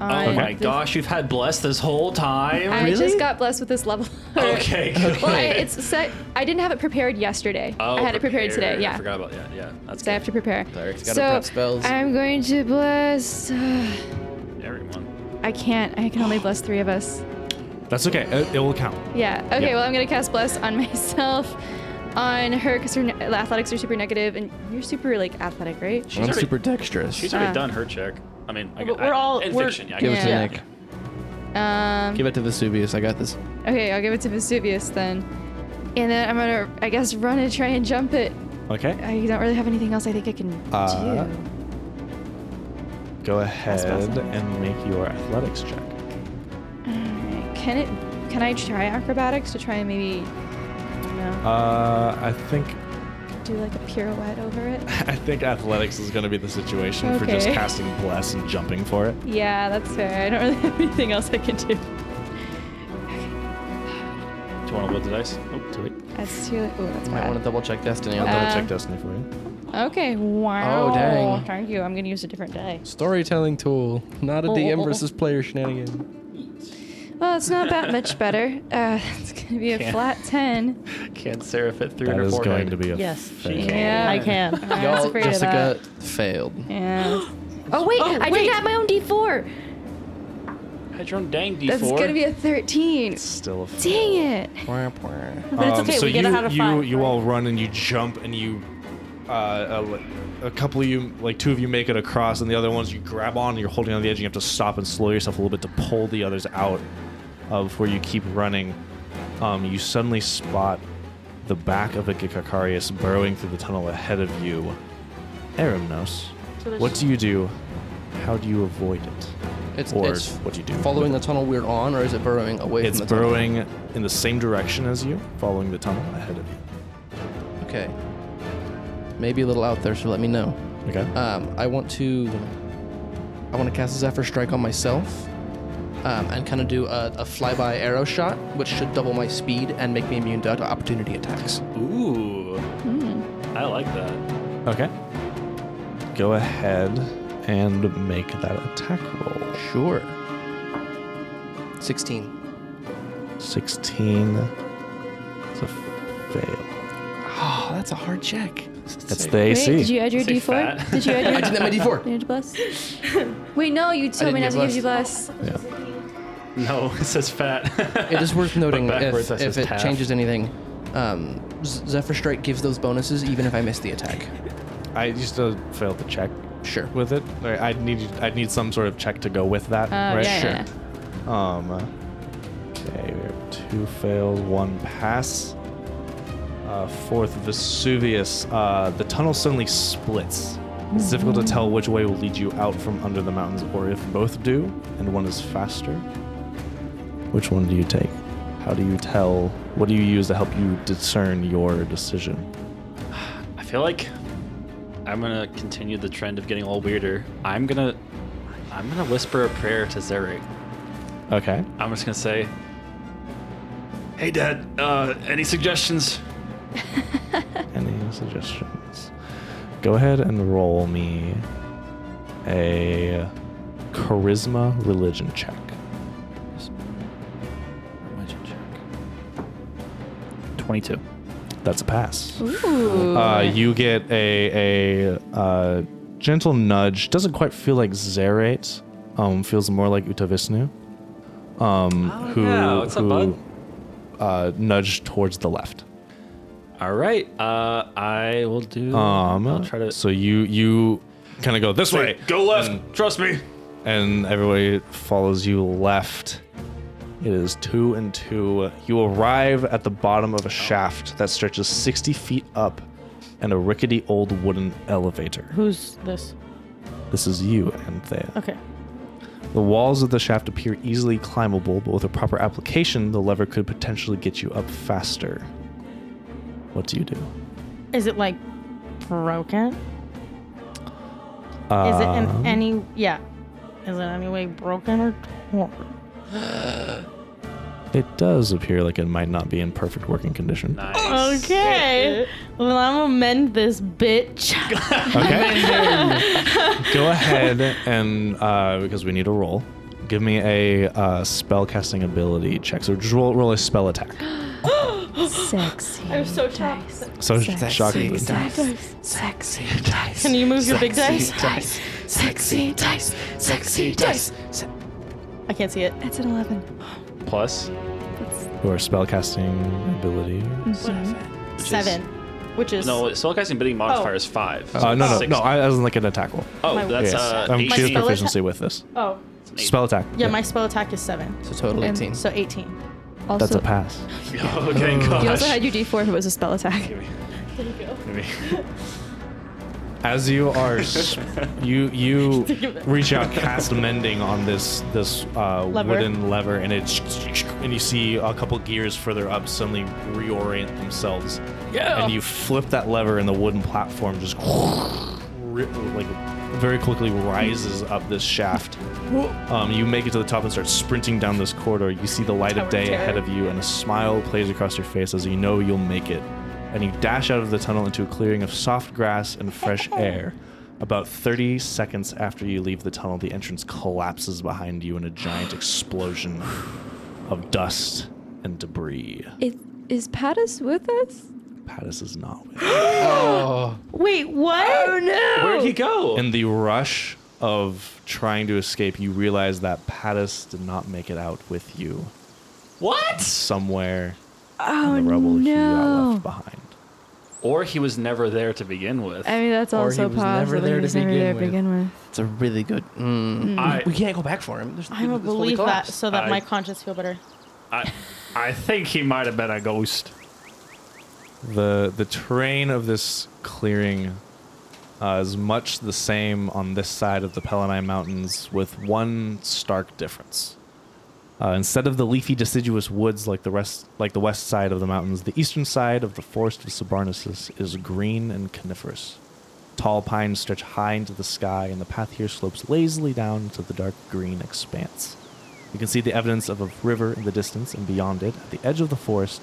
E: On
D: Mm-hmm. Oh my
E: this-
D: gosh, you've had blessed this whole time.
E: I just got blessed with this level. (laughs)
D: Okay, good.
E: Well, I, it's set. I had not have it prepared yesterday.
D: Oh,
E: I had it prepared today.
D: I
E: Yeah.
D: forgot about that. Yeah, that's
E: So I have to prepare.
I: Cleric's gotta
E: So
I: prep spells.
E: I'm going to bless. (sighs)
D: good. Everyone.
E: I can't. I can only bless three of us.
A: That's okay. It, it will count.
E: Yeah. Okay.
A: Yeah.
E: Well, I'm gonna cast bless on (laughs) myself, on her, cause her ne- athletics are super negative, and you're super like athletic, right?
D: She's
I: I'm
D: already,
I: super dexterous.
D: She's already
E: Ah.
D: done her check. I mean, I,
B: But
D: I-
B: we're all-
D: in
B: we're-
D: fiction. Yeah, I
I: Give it to
E: Yeah.
I: Nick.
E: Um.
I: Give it to Vesuvius. I got this.
E: Okay. I'll give it to Vesuvius then, and then I'm gonna, I guess, run and try and jump it.
A: Okay.
E: I don't really have anything else I think I can
A: Uh,
E: do.
A: Go ahead
E: possible.
A: and make your athletics check.
E: Alright, Can it? Can I try acrobatics to try and maybe, I don't know,
A: Uh, I think (laughs)
I: Uh.
E: do like a pirouette over it?
A: I think athletics is going to be the situation for just
E: Okay.
A: casting bless and jumping for it.
E: Yeah, that's fair. I don't really (laughs) have anything else I can do.
D: Do you want to roll the dice? Oh,
A: Sweet.
E: That's too. Oh, that's
I: I want to
E: bad.
I: double check Destiny
A: I'll
I: on that.
A: double check
E: Uh,
A: destiny for you.
E: Okay. Wow.
I: Oh, dang.
E: Thank you. I'm gonna use a different die.
I: Storytelling tool, not a
B: Oh,
I: DM versus player shenanigan.
E: Well, it's not that much better. Uh, (laughs) it's gonna be a
D: Can't-
E: flat ten.
D: Can't Sarah fit through
A: That
D: her
A: is
D: forehead?
A: going to be a
B: Yes,
A: fail.
E: Yeah.
B: I can. (laughs)
E: I was
I: Y'all,
E: afraid of
I: Jessica
E: that.
I: failed.
E: Yeah. (gasps) Oh wait! I didn't have my own D4.
D: Had your own dang D4.
E: That's gonna be a thirteen.
A: Still a fail.
E: Dang it!
I: Wah, wah.
B: But it's okay.
A: Um, so
B: we get
A: you,
B: it out of
A: you,
B: five.
A: You all run and you jump and you, uh, uh, a couple of you, like two of you make it across, and the other ones you grab on. and You're holding on the edge. And you have to stop and slow yourself a little bit to pull the others out of where you keep running. Um, you suddenly spot the back of a Gikakarius burrowing through the tunnel ahead of you. Aramnos, what do you do? How do you avoid it?
I: It's,
A: Or
I: it's
A: what do you do?
I: Following the tunnel we're on, or is it burrowing away
A: It's
I: from the tunnel?
A: burrowing in the same direction as you, following the tunnel ahead of you.
I: Okay. Maybe a little out there, so let me know.
A: Okay.
I: Um, I want to. I want to cast a Zephyr Strike on myself, um, and kind of do a, a flyby arrow shot, which should double my speed and make me immune to opportunity attacks.
D: Ooh. I like that.
A: Okay. Go ahead and make that attack roll.
I: Sure. Sixteen.
A: 16. It's a fail.
I: Oh, that's a hard check.
A: That's the AC.
E: Wait, did you add your
D: Say
E: D4?
D: fat.
E: Did you
I: (laughs)
E: add your?
I: I didn't have my D4.
E: You had to
I: (laughs)
E: bless. Wait, no, you told me
A: E
I: didn't
E: not
I: get
E: to give you bless.
D: No, (laughs) it says fat.
I: It is worth noting
D: (laughs) But backwards,
I: if,
D: that
I: if
D: says
I: it
D: half.
I: changes anything. Um, Z- Zephyr Strike gives those bonuses even if I miss the attack.
A: I used to fail to check
I: Sure.
A: with it. Right, I'd need I'd need some sort of check to go with that,
E: Uh,
A: right?
E: yeah, yeah.
A: Um Okay, we have two fails, one pass. Uh, fourth Vesuvius. Uh, the tunnel suddenly splits. It's difficult to tell which way will lead you out from under the mountains, or if both do, and one is faster. Which one do you take? How do you tell? What do you use to help you discern your decision?
D: I feel like I'm gonna continue the trend of getting all weirder. I'm gonna, I'm gonna whisper a prayer to Zerik.
A: Okay.
D: I'm just gonna say, "Hey, Dad. Uh, any suggestions?"
A: Any suggestions? Go ahead and roll me a charisma religion check.
D: Twenty-two.
A: That's a pass.
E: Ooh.
A: Uh, you get a a uh, gentle nudge. Doesn't quite feel like Zerate. Um, feels more like Utavisnu. Um, who
D: Oh, yeah, what's up,
A: who
D: bud?
A: uh, nudged towards the left.
D: All right. Uh, I will do.
A: Um,
D: I'll try to.
A: So you you kind of go this way,
D: Go left. Trust me.
A: and everybody follows you left. It is two and two. You arrive at the bottom of a shaft that stretches 60 feet up and a rickety old wooden elevator.
B: Who's this?
A: This is you, Anthea.
B: Okay.
A: The walls of the shaft appear easily climbable, but with a proper application, the lever could potentially get you up faster. What do you do?
B: Is it like broken?
A: Uh,
B: Is it
E: Um.
B: in any yeah? Is it in any way broken or torn?
A: it does appear like it might not be in perfect working condition.
D: Nice.
B: Okay. Well, I'm gonna mend this
I: (laughs)
B: bitch.
A: (laughs) Okay. Go ahead and uh, because we need a roll, give me a uh, spell casting ability check. So just roll, roll a spell attack.
E: Sexy.
B: I'm so tough.
A: So shocking.
E: Sexy.
B: Can you move your big dice?
E: Dice. Sexy dice. Sexy dice.
B: I can't see it.
E: That's an 11.
D: Plus.
A: Your spell casting ability.
B: Mm-hmm.
D: which is-
B: Seven, which is
D: No, spellcasting bidding modifier is five.
A: Uh, no, no,
D: Six.
A: no. I I was like an attack roll.
D: oh,
B: my-
D: that's
A: Yes.
D: uh,
A: um, she has
D: 18.
B: spell-
A: proficiency with this.
B: oh
D: Eight.
A: Spell attack.
B: yeah, my spell attack is seven,
I: So total
E: And-
I: 18.
B: Um, so eighteen.
E: Also,
A: That's a pass.
D: (laughs) okay,
A: Mm.
D: gosh.
E: You also had your D4 if it was a spell attack.
A: As you are,
B: (laughs)
A: s- you you reach out, cast mending on this this uh,
B: Lever.
A: wooden lever, and it sh- sh- sh- and you see a couple gears further up suddenly reorient themselves. Yeah. And you flip that lever, and the wooden platform just ri- like very quickly rises up this shaft. Um, you make it to the top and start sprinting down this corridor. You see the light of day ahead of you, and a smile plays across your face as you know you'll make it. And you dash out of the tunnel into a clearing of soft grass and fresh (laughs) air. About 30 seconds after you leave the tunnel, the entrance collapses behind you in a giant explosion of dust and debris.
E: It, is Patus with us?
A: Pattis is not with
B: Wait, what? Oh no!
D: Where'd he go?
A: In the rush of trying to escape, you realize that Pattis did not make it out with you.
D: what?
A: Somewhere
E: Oh,
A: in the rubble, he got left behind.
D: Or he was never there to begin with.
E: I mean, that's
I: Or he
E: also
I: was
E: possible.
I: never there
E: he
I: to
E: was never there to
I: begin
E: begin with.
I: It's a really good. Mm.
D: I,
I: We can't go back for him. There's,
B: I don't
I: this fully
B: believe that,
I: collapsed.
B: so that
D: I-
B: my conscience feel better.
D: I, I think he might have been a ghost.
A: the the terrain of this clearing uh, is much the same on this side of the Pelennine Mountains, with one stark difference. Uh, instead of the leafy deciduous woods like the rest, like the west side of the mountains, the eastern side of the forest of Sabarnesus is green and coniferous. Tall pines stretch high into the sky, and the path here slopes lazily down into the dark green expanse. You can see the evidence of a river in the distance, and beyond it, at the edge of the forest,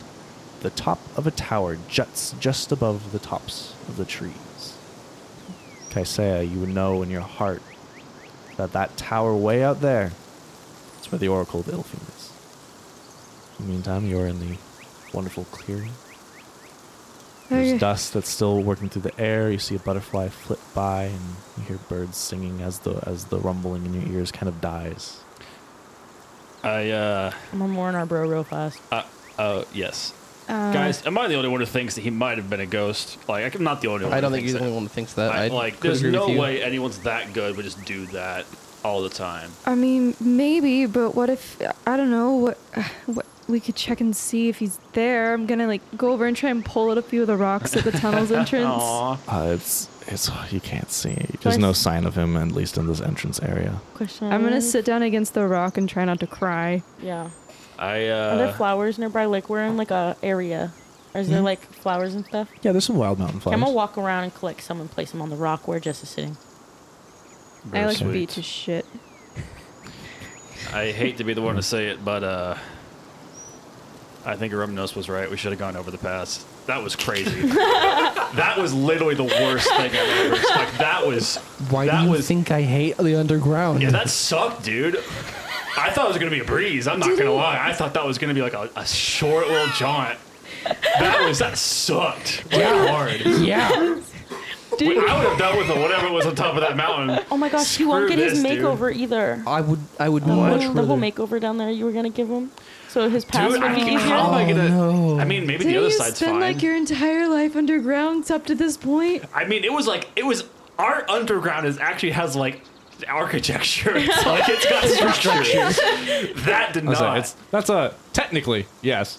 A: the top of a tower juts just above the tops of the trees. Kaisea, you would know in your heart that that tower way out there is where the Oracle of Ilfin is. In the meantime, you're in the wonderful clearing. There's
E: Okay.
A: dust that's still working through the air. You see a butterfly flip by, and you hear birds singing as the as the rumbling in your ears kind of dies.
D: I, uh,
B: I'm gonna mourn our bro real fast.
D: uh, uh, yes.
E: Uh,
D: Guys, am I the only one who thinks that he might have been a ghost? Like, I'm not the only one.
I: I
D: who
I: don't think
D: thinks
I: you're the
D: that.
I: only one that thinks that.
D: I,
I: I
D: like,
I: could
D: there's
I: agree with
D: no
I: you.
D: way anyone's that good would just do that all the time.
E: I mean, maybe, but what if I don't know what, what we could check and see if he's there. I'm gonna like go over and try and pull at a few of the rocks at the
I: (laughs)
E: tunnel's entrance.
D: Aw.
A: Uh, it's it's you can't see.
B: I
A: There's no
B: s-
A: sign of him, at least in this entrance area.
B: Question.
E: I'm gonna sit down against the rock and try not to cry.
B: Yeah.
D: I,
B: Are there
D: uh,
B: flowers nearby? Like we're in like a area. Or is there
A: Mhm.
B: like flowers and stuff?
A: Yeah, there's some wild mountain flowers.
B: I'm gonna walk around and collect some and place them on the rock where Jess is sitting.
E: I like
A: sweet.
E: beat to shit.
D: I hate to be the one to say it, but, uh, I think Arumnos was right. We should have gone over the pass. That
E: (laughs)
D: was crazy. that was literally the worst thing I've ever. Like, that was. that was,
I: think I hate the underground?
D: Yeah, that sucked, dude. I thought it was gonna be a breeze. I'm not gonna lie. I thought that was gonna be like a, a short little jaunt. That Bones, that sucked. Like, hard.
E: (laughs)
I: Yeah.
D: Wait, I would have dealt with whatever was on top of that mountain.
B: (laughs) Oh my gosh, he won't
D: Screw
B: get his
D: this, dude.
B: makeover either.
I: I would. I would
B: The
I: much
B: whole-
I: rather.
B: the whole makeover down there you were gonna give him, so his pass
D: Dude,
B: would
D: I
B: be
D: mean,
B: easier.
D: how am I gonna?
I: no.
D: uh,
A: Oh,
D: I mean, maybe
E: Didn't
D: the other
E: you
D: side's
E: spend
D: fine.
E: like your entire life underground up to this point?
D: I mean, it was like it was our underground is actually has like architecture. (laughs) It's like it's got structure. that did
A: That's,
D: not.
A: a, it's, that's a technically yes.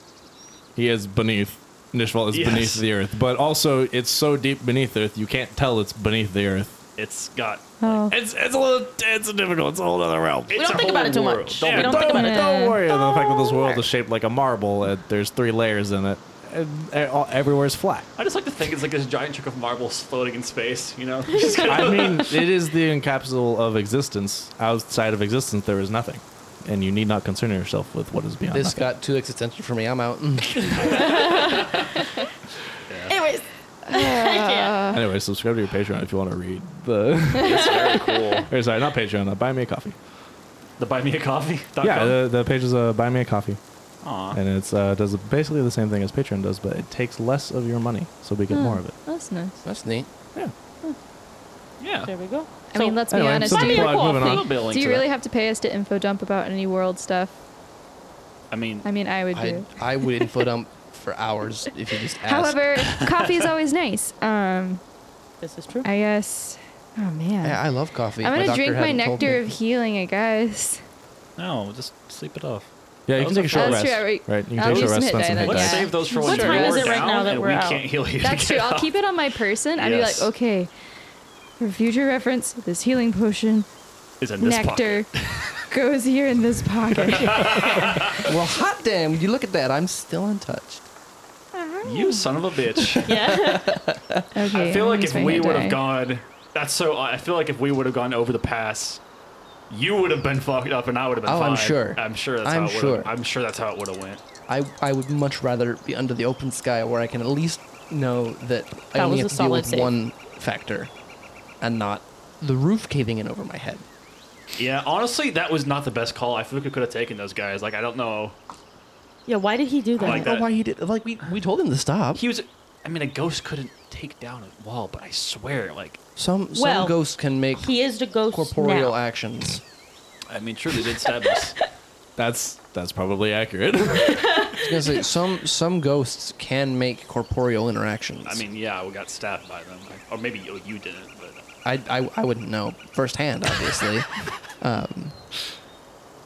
A: He is beneath. Nishval is
D: Yes.
A: beneath the earth, but also it's so deep beneath the earth you can't tell it's beneath the earth.
D: it's got.
E: Oh.
A: It's it's a little it's difficult. It's a whole other realm.
D: It's
B: don't
D: a
B: think
D: whole
B: about it too
D: world.
B: much.
D: Don't
B: We
D: be-
B: don't think about it.
A: Don't worry about the fact that this world is shaped like a marble. And there's three layers in it. And e- all- everywhere's flat.
D: I just like to think it's like this giant chunk of marbles floating in space.
B: (laughs)
D: You know, Just kinda-
A: I (laughs) mean, it is the encapsule of existence. Outside of existence, there is nothing, and you need not concern yourself with what is beyond.
I: This
A: nothing.
I: got too existential for me. I'm out. Mm.
B: Anyways, I can't.
A: Anyway, subscribe to your Patreon if you want to read (laughs) the.
D: it's very cool.
A: or sorry, not Patreon. Uh, buy me a coffee.
D: The buy me a coffee.
A: Yeah, the, the page is uh, buy me a coffee,
D: Aw.
A: and it's uh, does basically the same thing as Patreon does, but it takes less of your money, so we get
B: Hmm.
A: more of it.
E: That's nice.
I: (laughs) That's neat.
A: Yeah.
D: yeah.
B: There we go.
E: I mean, let's be
A: Anyway,
E: honest.
A: so
E: Do
B: Buy me a
E: you,
A: plug, moving
B: coffee.
A: on.
D: I'll be a link
E: do you
D: to
E: really
D: that.
E: have to pay us to info dump about any world stuff?
D: I mean,
E: I mean, I would
I: I
E: do.
B: (laughs)
I: I would info dump for hours if you just asked. (laughs)
E: However, coffee is always nice. Um,
B: This is true.
E: I guess. Oh man.
I: Yeah, I love coffee.
E: I'm gonna
I: doctor
E: drink my
I: hadn't told
E: nectar
I: me.
E: of healing, I guess.
D: no, just sleep it off.
A: Yeah, you can take a short
E: That's
A: rest.
E: true, I re-
A: Right, you can
E: I'll
A: take a
E: do
A: short
E: some
A: rest
E: hit
A: on some
E: die
A: hit
E: then.
D: Let's
E: Yeah.
D: save those for
B: What
D: when
B: time
D: you're
B: is it right
D: down
B: now that
D: and
B: we're
D: we
B: out?
D: can't heal you. to
E: That's
D: get
E: true. I'll
D: up.
E: keep it on my person. I'd
D: Yes.
E: be like, okay, for future reference, this healing potion
D: Is in this
E: nectar
D: pocket.
E: goes here in this pocket.
I: (laughs) Well, hot damn! You look at that. I'm still untouched.
D: You son of
B: (laughs)
D: a bitch.
B: (laughs) Yeah.
E: okay,
D: (laughs) I feel like
E: that's
D: if
E: my
D: we
E: hit
D: would
E: die.
D: have gone, that's so. I feel like if we would have gone over the pass, you would have been fucked up, and I would have been.
I: Oh,
D: fine.
I: I'm sure.
D: I'm sure that's
I: I'm
D: how. It
I: sure.
D: Would've, I'm sure that's how it would have went.
I: I I would much rather be under the open sky where I can at least know that, I
B: That
I: only have
B: was
I: to
B: a
I: deal
B: solid
I: with
B: save.
I: one factor, and not the roof caving in over my head.
D: Yeah, honestly, that was not the best call. I feel like we could have taken those guys. Like I don't know.
B: yeah. Why did he do that?
D: Like
I: I
D: that.
I: don't know why he did. Like we we told him to stop.
D: He was. I mean, a ghost couldn't take down a wall, but I swear, like,
I: some some
B: Well,
I: ghosts can make
B: He is the ghost
I: corporeal
B: now.
I: actions.
D: I mean, truly did stab us.
A: That's that's probably accurate.
I: I was
E: (laughs)
I: gonna say some some ghosts can make corporeal interactions.
D: I mean, yeah, we got stabbed by them, like, or maybe oh, you, you didn't, but
I: I I, I wouldn't know firsthand,
E: (laughs)
I: obviously.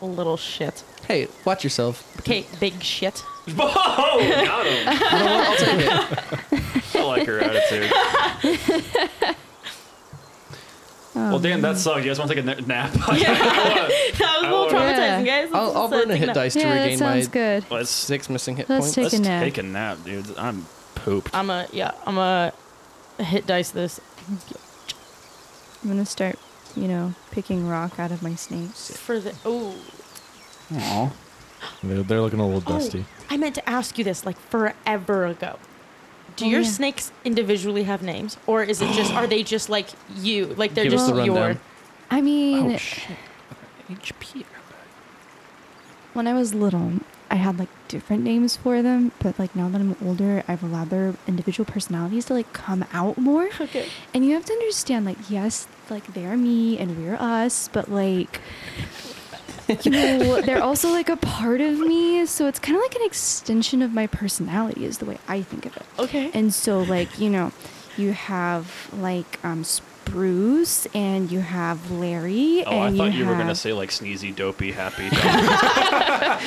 B: Little shit.
I: hey, watch yourself.
B: Okay, big
D: (laughs)
B: shit.
D: (laughs)
B: (laughs)
D: whoa, got him.
I: You know what? I'll take it.
D: I like
E: (laughs)
D: her attitude.
E: Oh,
D: well, damn, that sucked. You guys want to take a
E: (laughs)
D: na- nap? (laughs)
B: Yeah. that was a little
D: I wanna-
B: traumatizing, guys. This
I: Oh, I'll,
B: is
I: I'll
B: sad
I: burn a
B: thing
I: hit
B: that-
I: dice to
E: Yeah, that
I: regain my
E: sounds good.
D: let's
I: six missing hit
E: Let's
I: points.
E: take
D: let's
E: a nap.
D: take a nap, dude. I'm pooped.
B: I'm a yeah. I'm a hit dice this.
E: I'm gonna start, you know, picking rock out of my snakes.
B: for the oh
D: Oh,
A: they're, they're looking a little dusty.
B: Oh, I meant to ask you this like forever ago. Do
E: Oh,
B: your
E: yeah.
B: snakes individually have names, or is it just are they just like you? Like they're
I: Give us
B: just
I: the rundown.
B: your.
E: I mean,
D: HP.
E: when I was little, I had like different names for them, but like now that I'm older, I've allowed their individual personalities to like come out more.
B: Okay.
E: And you have to understand, like, yes, like they're me and we're us, but like, you know, they're also like a part of me. So it's kind of like an extension of my personality, is the way I think of it.
B: Okay.
E: And so, like, you know, you have like um, Spruce and you have Larry.
D: Oh,
E: and
D: I thought you, were
E: have-
D: gonna say like sneezy,
E: (laughs)
D: dopey, happy. dog.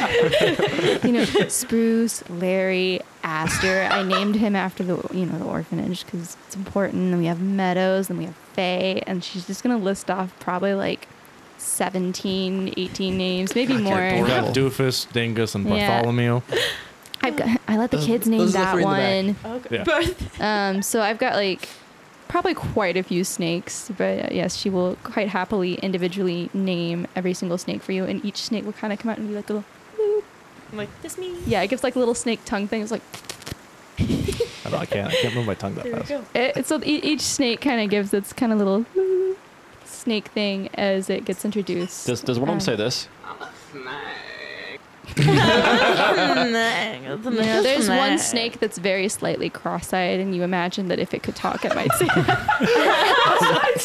E: you know, Spruce, Larry, Aster. I named him after the you know the orphanage because it's important. And we have Meadows, and we have Faye, and she's just gonna list off probably like 17, 18 names, maybe
A: We
E: more.
I: bored.
A: got Doofus, Dingus, and
E: Yeah.
A: Bartholomew.
E: I've got, I let the
D: Uh,
I: Those-
E: kids
I: those
E: name
I: are the
E: that
I: three in the
E: one.
B: Okay.
A: Yeah.
B: Both.
E: (laughs) Um, so I've got like probably quite a few snakes, but uh, yes, she will quite happily individually name every single snake for you, and each snake will kind of come out and be like a little.
B: (laughs) I'm like this me.
E: Yeah, it gives like a little snake tongue thing. It's like
A: I, don't, I can't. I can't move my tongue that
B: There we
A: fast.
B: go.
A: (laughs)
E: It, so e- each snake kind of gives its kind of little snake thing as it gets introduced.
D: does does one of them say this?
E: There's one snake that's very slightly cross-eyed, and you imagine that if it could talk, it might
A: (laughs)
E: say (laughs) that.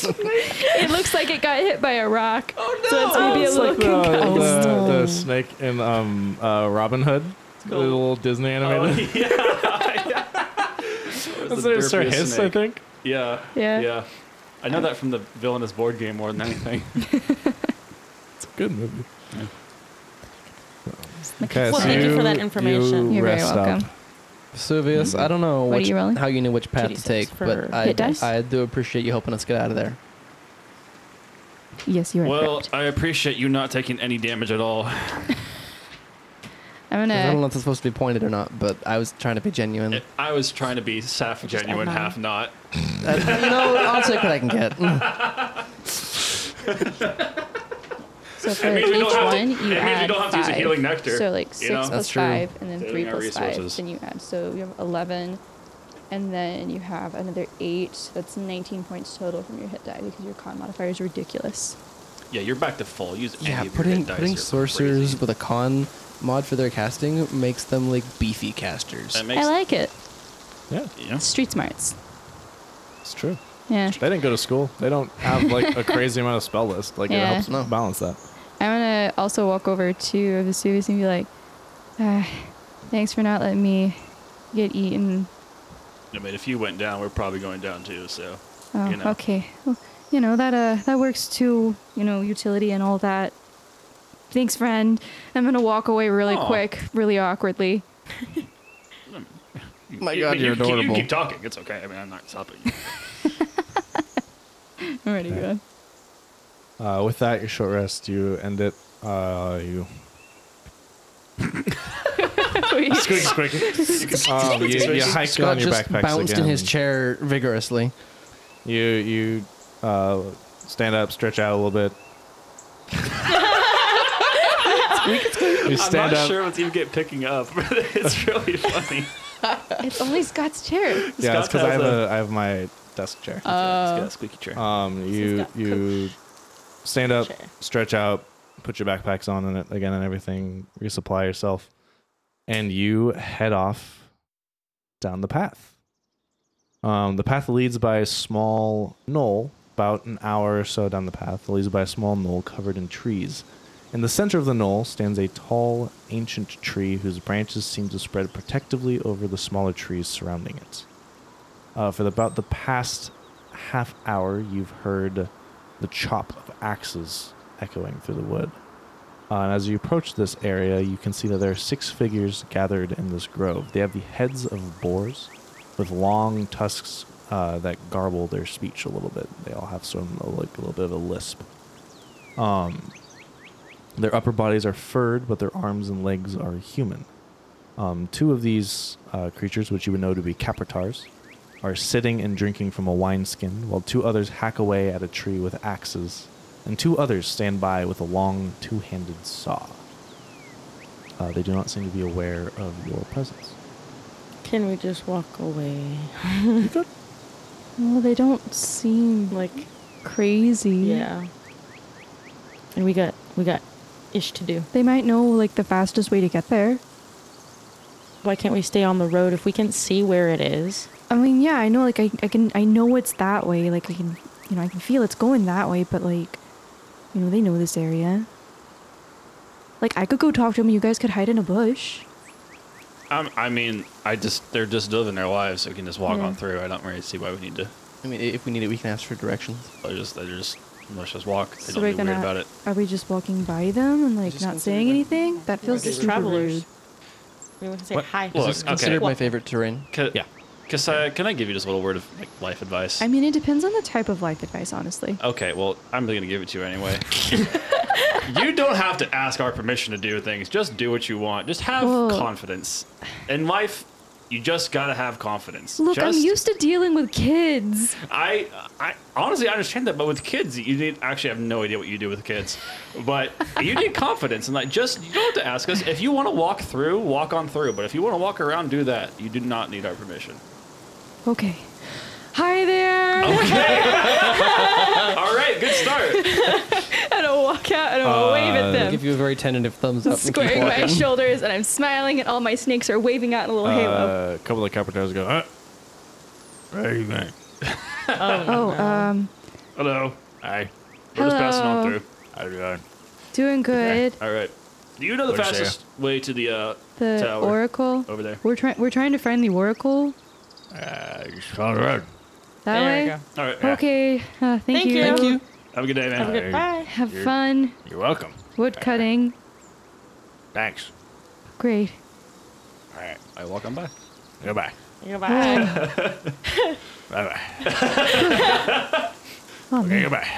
E: it looks like it got hit by a rock. Oh no! So it's maybe a
A: It's
E: (laughs) little
A: like uh, the,
E: concussed.
A: the, the snake in um, uh, Robin Hood, the little Disney
D: Oh.
A: animated.
D: (laughs)
A: That's
D: the
A: Sir
D: derpiest
A: Hiss, I
D: snake.
A: think.
D: Yeah.
E: Yeah.
D: Yeah. I know that from the villainous board game more than
E: (laughs)
D: anything.
A: It's a good movie.
D: Yeah.
A: Okay,
B: Well,
A: so
B: thank you for that
A: you
B: information.
E: You're very
A: rest up.
E: welcome.
I: Vesuvius, I don't know
E: What are
I: which-
E: you rolling?
I: how you knew which path to
B: 2d6
I: take, but
B: for
I: I,
E: hit dice?
I: I do appreciate you helping us get out of there.
E: Yes, you are
D: well,
E: correct.
D: I appreciate you not taking any damage at all.
E: I'm
I: I don't know
E: gonna.
I: if it's supposed to be pointed or not, but I was trying to be genuine.
D: I- I was trying to be half genuine,
E: I'm not.
D: half not.
I: Uh, you know, I'll take what I can get.
E: (laughs)
I: Mm.
E: So for
D: means we
E: each
D: don't have to-
E: one,
D: it
E: you
D: means we
E: add
D: don't have to
E: five.
D: use a healing nectar,
E: So like
D: you
E: six
D: know?
I: That's
E: plus
I: true.
E: five, and then three
D: Saving our
E: plus five,
D: resources.
E: then you add. So you have eleven, and then you have another eight. So that's 19 points total from your hit die because your con modifier is ridiculous.
D: Yeah, you're back to full. Use
I: yeah,
D: any of your
I: putting
D: hit dice,
I: putting
D: you're
I: sorcerers
D: crazy.
I: with a con mod for their casting makes them like beefy casters.
D: That makes,
E: I like it.
A: Yeah,
D: you know?
E: Street smarts.
A: it's true.
E: Yeah.
A: They didn't go to school. They don't have like a crazy amount of spell list. Like
E: Yeah.
A: it helps
I: No.
A: balance that.
E: I'm gonna also walk over to Vesuvius and be like, ah, "Thanks for not letting me get eaten."
D: I mean, if you went down, we're probably going down too. So,
E: Oh,
D: you know.
E: okay. Well, you know that uh that works too. You know utility and all that. Thanks, friend. I'm gonna walk away really
D: Aw.
E: quick, really awkwardly.
I: My
D: You-
I: God,
D: I mean, you can
I: you're
D: keep- You
I: adorable.
D: can keep talking. It's okay. I mean, I'm not stopping
I: (laughs)
D: you.
E: I'm ready to go.
A: Uh, with that, your short rest, you end it. Uh, you. (laughs) Squeak, squeak. Um, you, you hike
I: Scott
A: on your
I: just
A: backpacks
I: bounced
A: again.
I: in his chair vigorously.
A: You you uh, stand up, stretch out a little
D: (laughs)
A: bit. you stand
D: I'm not
A: up.
D: sure what's even get picking up, (laughs) but it's
I: (laughs)
D: really funny.
E: It's only Scott's chair.
A: Yeah, it's
D: Scott
A: because I have
D: has a-
A: a I have my desk chair.
D: Uh, it's got a squeaky chair.
A: Um, you
B: got
A: you stand up,
B: chair.
A: stretch out, put your backpacks on and it again and everything, resupply yourself, and you head off down the path. Um, the path leads by a small knoll, about an hour or so down the path, leads by a small knoll covered in trees. In the center of the knoll stands a tall, ancient tree whose branches seem to spread protectively over the smaller trees surrounding it. Uh, for the, about the past half hour, you've heard the chop of axes echoing through the wood. Uh, and as you approach this area, you can see that there are six figures gathered in this grove. They have the heads of boars with long tusks uh, that garble their speech a little bit. They all have sort of like a little bit of a lisp. Um, their upper bodies are furred, but their arms and legs are human. Um, two of these uh, creatures, which you would know to be capratars, are sitting and drinking from a wineskin, while two others hack away at a tree with axes, and two others stand by with a long two handed saw. Uh, they do not seem to be aware of your presence.
B: Can we just walk away?
E: Well, they don't seem
B: Like,
E: crazy.
B: yeah. And we got we got ish to do.
E: They might know like the fastest way to get there.
B: Why can't we stay on the road if we can see where it is?
E: I mean, yeah, I know like I, I can I know it's that way. Like I can you know, I can feel it's going that way, but like you know, they know this area. Like I could go talk to them, you guys could hide in a bush.
D: I'm, I mean, I just they're just living their lives. So we can just walk
E: Yeah.
D: on through. I don't really see why we need to.
I: I mean, if we need it, we can ask for directions.
D: They're just they're just let's just walk. They don't be weird about it.
E: Are we just walking by them and like not saying anything? That feels
B: Just
E: super
B: travelers.
E: rude.
B: We would say
D: What?
B: hi.
D: Look,
I: This is
D: okay.
I: considered my favorite terrain.
D: Ca-
A: Yeah.
D: Kasaya, can I give you just a little word of like life advice?
E: I mean, it depends on the type of life advice, honestly.
D: okay, well, I'm gonna give it to you (laughs) anyway. you don't have to ask our permission to do things. Just do what you want. Just have
E: Well-
D: confidence. In life, you just gotta have confidence.
E: Look,
D: just,
E: I'm used to dealing with kids.
D: I, I honestly I understand that, but with kids, you need actually I have no idea what you do with kids, but you need confidence and like just you don't have to ask us if you want to walk through, walk on through. But if you want to walk around, do that. You do not need our permission.
E: Okay. Hi there. (laughs)
D: (laughs) All right, good start.
E: and I'll walk out and I'll wave at
I: I'll give
E: them.
I: you a very tentative thumbs up. and keep
E: Squaring my
I: walking.
E: shoulders, and I'm smiling, and all my snakes are waving out in a little halo.
A: Uh, a couple of Capricorns go, huh? Hey, man.
E: (laughs) Oh, um,
D: Hello. Hi. We're just passing on
E: Hello.
D: through. How you doing?
E: doing good.
D: All right. Do you know the
A: Where'd you
D: fastest way to the uh,
E: The
D: tower
E: Oracle.
D: over there?
E: We're trying. We're trying to find the Oracle
A: Uh, you just found the road.
E: that
B: There
E: way.
B: you go.
D: All right.
E: Okay. Uh, thank,
B: Thank
E: you.
B: you. Thank
J: you.
D: Have a good day, man.
B: Have a good- Bye.
E: Have
A: You're-
E: fun
A: You're welcome.
E: wood cutting.
A: Thanks.
E: Great.
A: All right.
D: I walk on by.
A: Goodbye.
B: Goodbye.
A: Bye bye.
E: oh,
A: okay, goodbye.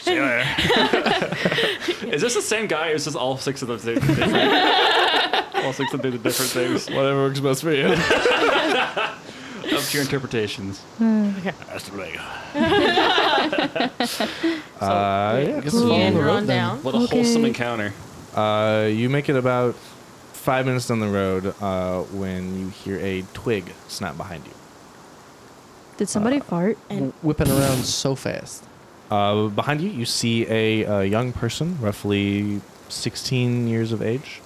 A: See you later.
D: Is this the same guy? Or is this all six of them doing
E: (laughs)
D: different? all six of them did different things.
A: Whatever works best for
D: (laughs)
A: you.
D: Up to your interpretations.
A: That's the way. uh, yeah,
I: guess
A: cool.
I: we'll
B: Meander
I: road
B: on
I: then.
B: down.
D: What a
E: Okay.
D: wholesome encounter.
A: Uh, you make it about five minutes down the road uh, when you hear a twig snap behind you.
E: Did somebody fart?
B: And
I: Whipping around so fast.
A: Uh, behind you, you see a, uh young person, roughly 16 years of age,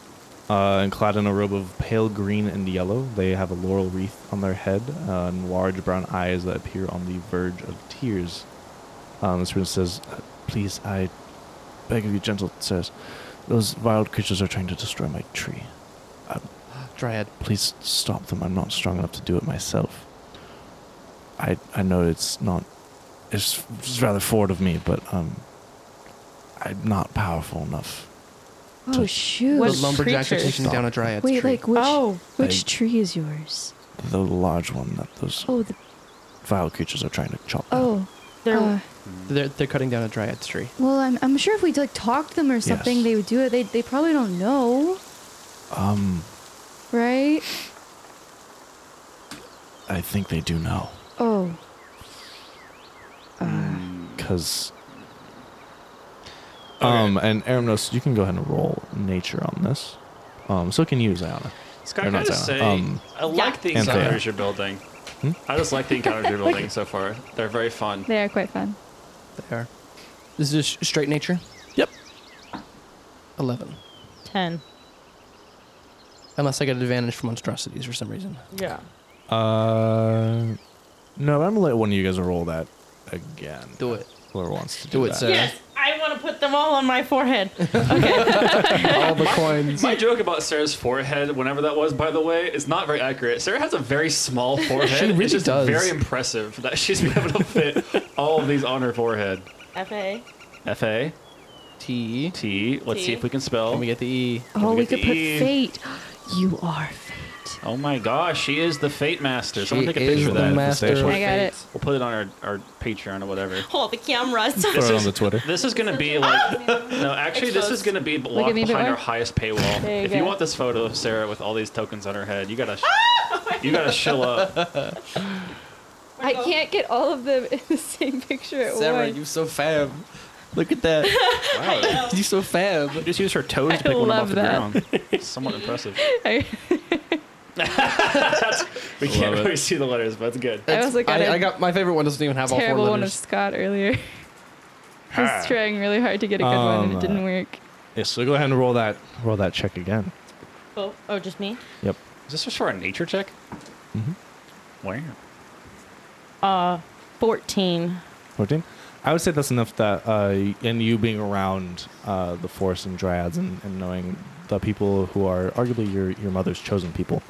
A: uh, and clad in a robe of pale green and yellow. They have a laurel wreath on their head uh, and large brown eyes that appear on the verge of tears. Um, this person says, "Uh, Please, I beg of you, gentle sirs, those wild creatures are trying to destroy my tree.
I: Dryad.
A: Please stop them. I'm not strong enough to do it myself. I I know it's not. It's, it's rather forward of me, but um, I'm not powerful enough.
E: Oh shoot!
B: What
I: The lumberjacks are
B: creatures?
I: taking down a dryad's
E: Wait,
I: tree.
E: like which
B: Oh.
E: which
A: Like-
E: tree is yours?
A: The large one that those
E: Oh, the,
A: vile creatures are trying to chop. down.
E: oh.
B: They're-
E: uh,
I: They're, they're cutting down a dryad's tree.
E: well, I'm, I'm sure if we like talk to them or something,
A: Yes.
E: they would do it. They they probably don't know,
A: Um,
E: right?
A: I think they do know,
E: Oh,
A: Hmm. cause. Um, and Aramnos, you can go ahead and roll nature on this. Um, so can you, Ziona. Or
D: Scott, can I
A: not
D: just
A: Zion.
D: say,
A: Um,
D: I like the
A: Anthea. Hmm?
D: encounters you're building. I just like the encounters
E: (laughs)
D: you're building so far. They're very fun.
E: they are quite fun.
I: They are. This is just straight nature?
A: Yep.
I: 11.
B: Ten.
I: Unless I get an advantage from monstrosities for some reason.
B: Yeah.
A: Uh, no, I'm gonna let one of you guys roll that again.
I: Do it.
A: Whoever wants to do,
I: Do it,
A: that.
I: sir.
B: Yes, I want to put them all on my forehead. (laughs)
I: All the
D: (laughs)
I: coins.
D: My joke about Sarah's forehead, whenever that was, by the way, is not very accurate. Sarah has a very small forehead.
I: She really
D: it's just
I: does.
D: very impressive that she's been able to fit all of these on her forehead.
B: F A.
D: F A
I: T.
D: T. E. Let's see
B: T.
D: if we can spell.
I: Let me get the E.
E: oh,
D: we
E: we
D: get
E: could
D: the
E: put
D: E?
E: fate. (gasps) You are fate.
D: oh my gosh, she is the Fate Master. Someone
I: She
D: take a picture
I: is
D: of
I: the
D: that.
I: master.
E: I got it.
D: We'll put it on our, our Patreon or whatever.
B: Hold the cameras.
A: Throw it on the Twitter.
D: This is gonna be like no, actually, this is
B: Exposed.
D: gonna be
E: at
D: locked
E: me a bit
D: behind our
E: more.
D: highest paywall.
B: There you
D: if you
B: go.
D: want this photo of Sarah with all these tokens on her head, you gotta, sh- you gotta show up.
E: I can't get all of them in the same picture at once.
I: so fab. Look
B: (laughs)
I: at that.
D: Wow.
I: you so fab.
D: Just use her toes to
E: I
D: pick one
E: love
D: up off the ground.
B: (laughs)
D: It's somewhat impressive.
E: (laughs) I,
D: We can't
A: Love it.
D: really see the letters, but it's good.
E: I was like,
I: I,
E: at a
I: I got my favorite one doesn't even have all four
E: terrible one of
I: letters.
E: Scott earlier. (laughs) I was trying really hard to get a good one and
A: Um,
E: it didn't work.
A: Yeah, so go ahead and roll that roll that check again.
B: Oh, oh, just me.
A: Yep.
D: Is this just for a nature check? Wow.
B: Fourteen.
A: 14. I would say that's enough that, uh, and you being around uh, the forest and dryads and, and knowing the people who are arguably your, your mother's chosen people,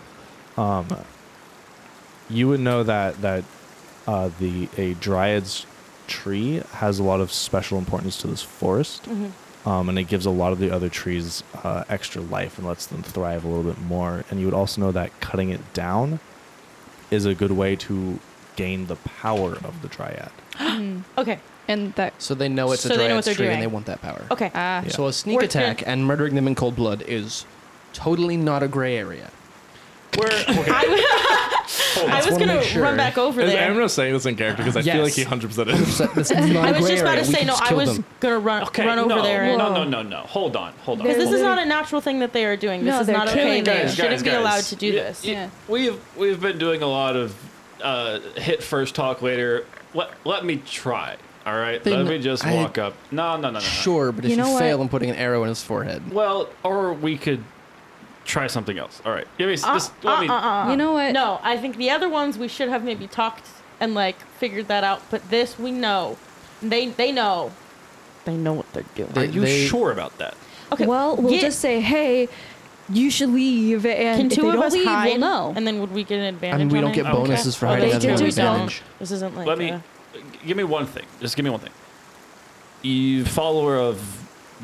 A: um, you would know that that uh, the a dryad's tree has a lot of special importance to this forest, um, and it gives a lot of the other trees uh, extra life and lets them thrive a little bit more. And you would also know that cutting it down is a good way to gain the power of the dryad.
B: Okay.
E: And that
I: So they know it's
B: So
I: a
B: they know what
I: dryad's
B: they're
I: tree and they
B: doing.
I: want that power.
B: Okay.
E: ah,
A: Yeah.
I: So a sneak
B: We're
I: attack
B: gonna-
I: and murdering them in cold blood is totally not a gray
B: (laughs)
I: area.
D: (laughs) We're okay.
B: I was
I: wanna
B: gonna
I: make sure.
B: run back over there.
A: I'm not saying this in character because I
I: Yes.
A: feel like he 100% is.
I: So this is not
B: I
I: a
B: was
I: gray
B: just about
I: area.
B: to
I: We
B: say
I: can
B: no.
I: just
B: I
I: kill
B: was
I: them.
B: gonna run
D: okay,
B: run over
D: no,
B: there. and-
D: No,
E: Whoa.
D: no, no, no. Hold on, hold on.
B: Because this is
E: They're-
B: not a natural thing that they are doing. This
E: No,
B: is
E: they're
B: not okay.
E: killing
B: They
E: guys,
B: shouldn't
D: guys,
B: be
D: guys.
B: allowed to do
D: Yeah,
B: this.
D: yeah. We've we've been doing a lot of uh, hit first, talk later. Let let me try. All right,
I: Then
D: let me just
I: I-
D: walk up. No, no, no, no, no.
I: Sure, but if
E: You
I: you,
E: know what?
I: fail, I'm putting an arrow in his forehead.
D: Well, or we could try something else. All right, give me
B: Uh,
D: s- just let me.
E: you know what?
B: No, I think the other ones we should have maybe talked and like figured that out, but this we know. They they know. They know what they're doing.
D: Are
I: They-
D: you
I: they-
D: sure about that?
B: okay.
E: Well, we'll
B: yeah.
E: just say, hey, you should leave, and
B: Can
E: if
B: two
E: they
B: of
E: don't
B: us
E: leave,
B: hide?
E: we'll know.
B: And then would we get an advantage?
I: mean, we
B: on
I: don't
B: it?
I: get bonuses for
B: Well,
I: hiding
B: they
E: other
B: did do
E: people's
B: don't.
I: advantage.
B: This isn't like
D: Let me
B: a-
D: give me one thing. Just give me one thing. You follower of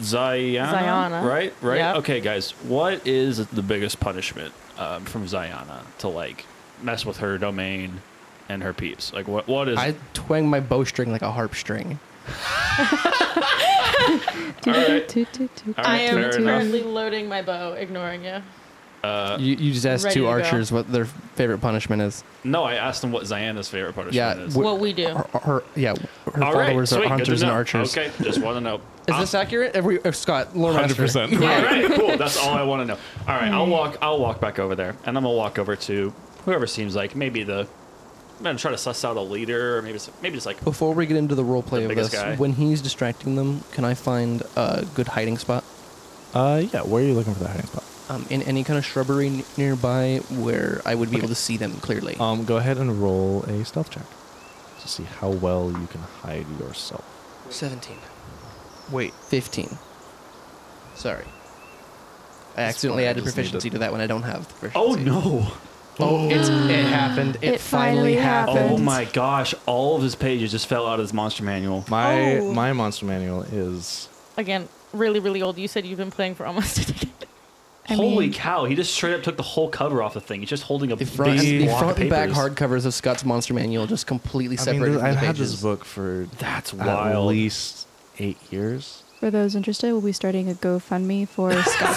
D: Ziana,
B: Ziana.
D: right? Right.
B: Yep.
D: Okay, guys. What is the biggest punishment um, from Ziana to like mess with her domain and her peeps? Like, what what is?
I: I twang my bowstring like a harp string.
D: all right.
E: Toot, toot, toot.
D: All right,
B: I am
D: fair enough.
B: currently loading my bow, ignoring you.
D: Uh,
I: You, you just asked
B: Ready to
I: two
B: go.
I: archers what their favorite punishment is.
D: no, I asked them what Ziana's favorite punishment
I: Yeah,
D: is.
I: wh-
B: What we do.
I: Her, her- yeah, her
D: All right,
I: followers
D: sweet,
I: are
D: good to
I: hunters and
D: know.
I: archers.
D: Okay, just want to know.
I: Is this accurate? Every uh, Scott, lore master.
A: 100%.
D: All right, cool. That's all I want to know. All right,
E: Hmm.
D: I'll walk. I'll walk back over there, and I'm gonna walk over to whoever seems like maybe the. I'm gonna try to suss out a leader, or maybe s- maybe just like.
I: Before we get into the roleplay
D: The
I: of this,
D: biggest guy.
I: when Mm-hmm, he's distracting them, can I find a good hiding spot?
A: Uh, yeah. Where are you looking for that hiding spot?
I: Um, in any kind of shrubbery n- nearby where I would be able to see them clearly.
A: Um, go ahead and roll a stealth check to see how well you can hide yourself.
I: 17. Wait. 15. Sorry. I accidentally
A: fine, I
I: added
A: just need
I: proficiency
A: to-
I: to that when I don't have the
D: Oh
I: proficiency.
D: no!
I: Oh, it's, it happened. It,
E: It
I: finally
E: finally
I: happened.
D: Oh my gosh! All of his pages just fell out of his monster manual.
A: My
B: Oh.
A: my monster manual is
B: Again, really, really old. You said you've been playing for almost a
E: (laughs)
B: decade.
E: I
D: Holy
E: mean-
D: cow! He just straight up took the whole cover off the thing. He's just holding a
I: The front,
D: big
I: the
D: block
I: front
D: of
I: and back
D: papers.
I: hardcovers of Scott's Monster Manual just
A: I
I: completely
A: mean,
I: separated
A: I've
I: from the
A: had
I: pages.
A: this book for
D: That's
A: at
D: wild.
A: least eight years.
E: For those interested, we'll be starting a GoFundMe for Scott.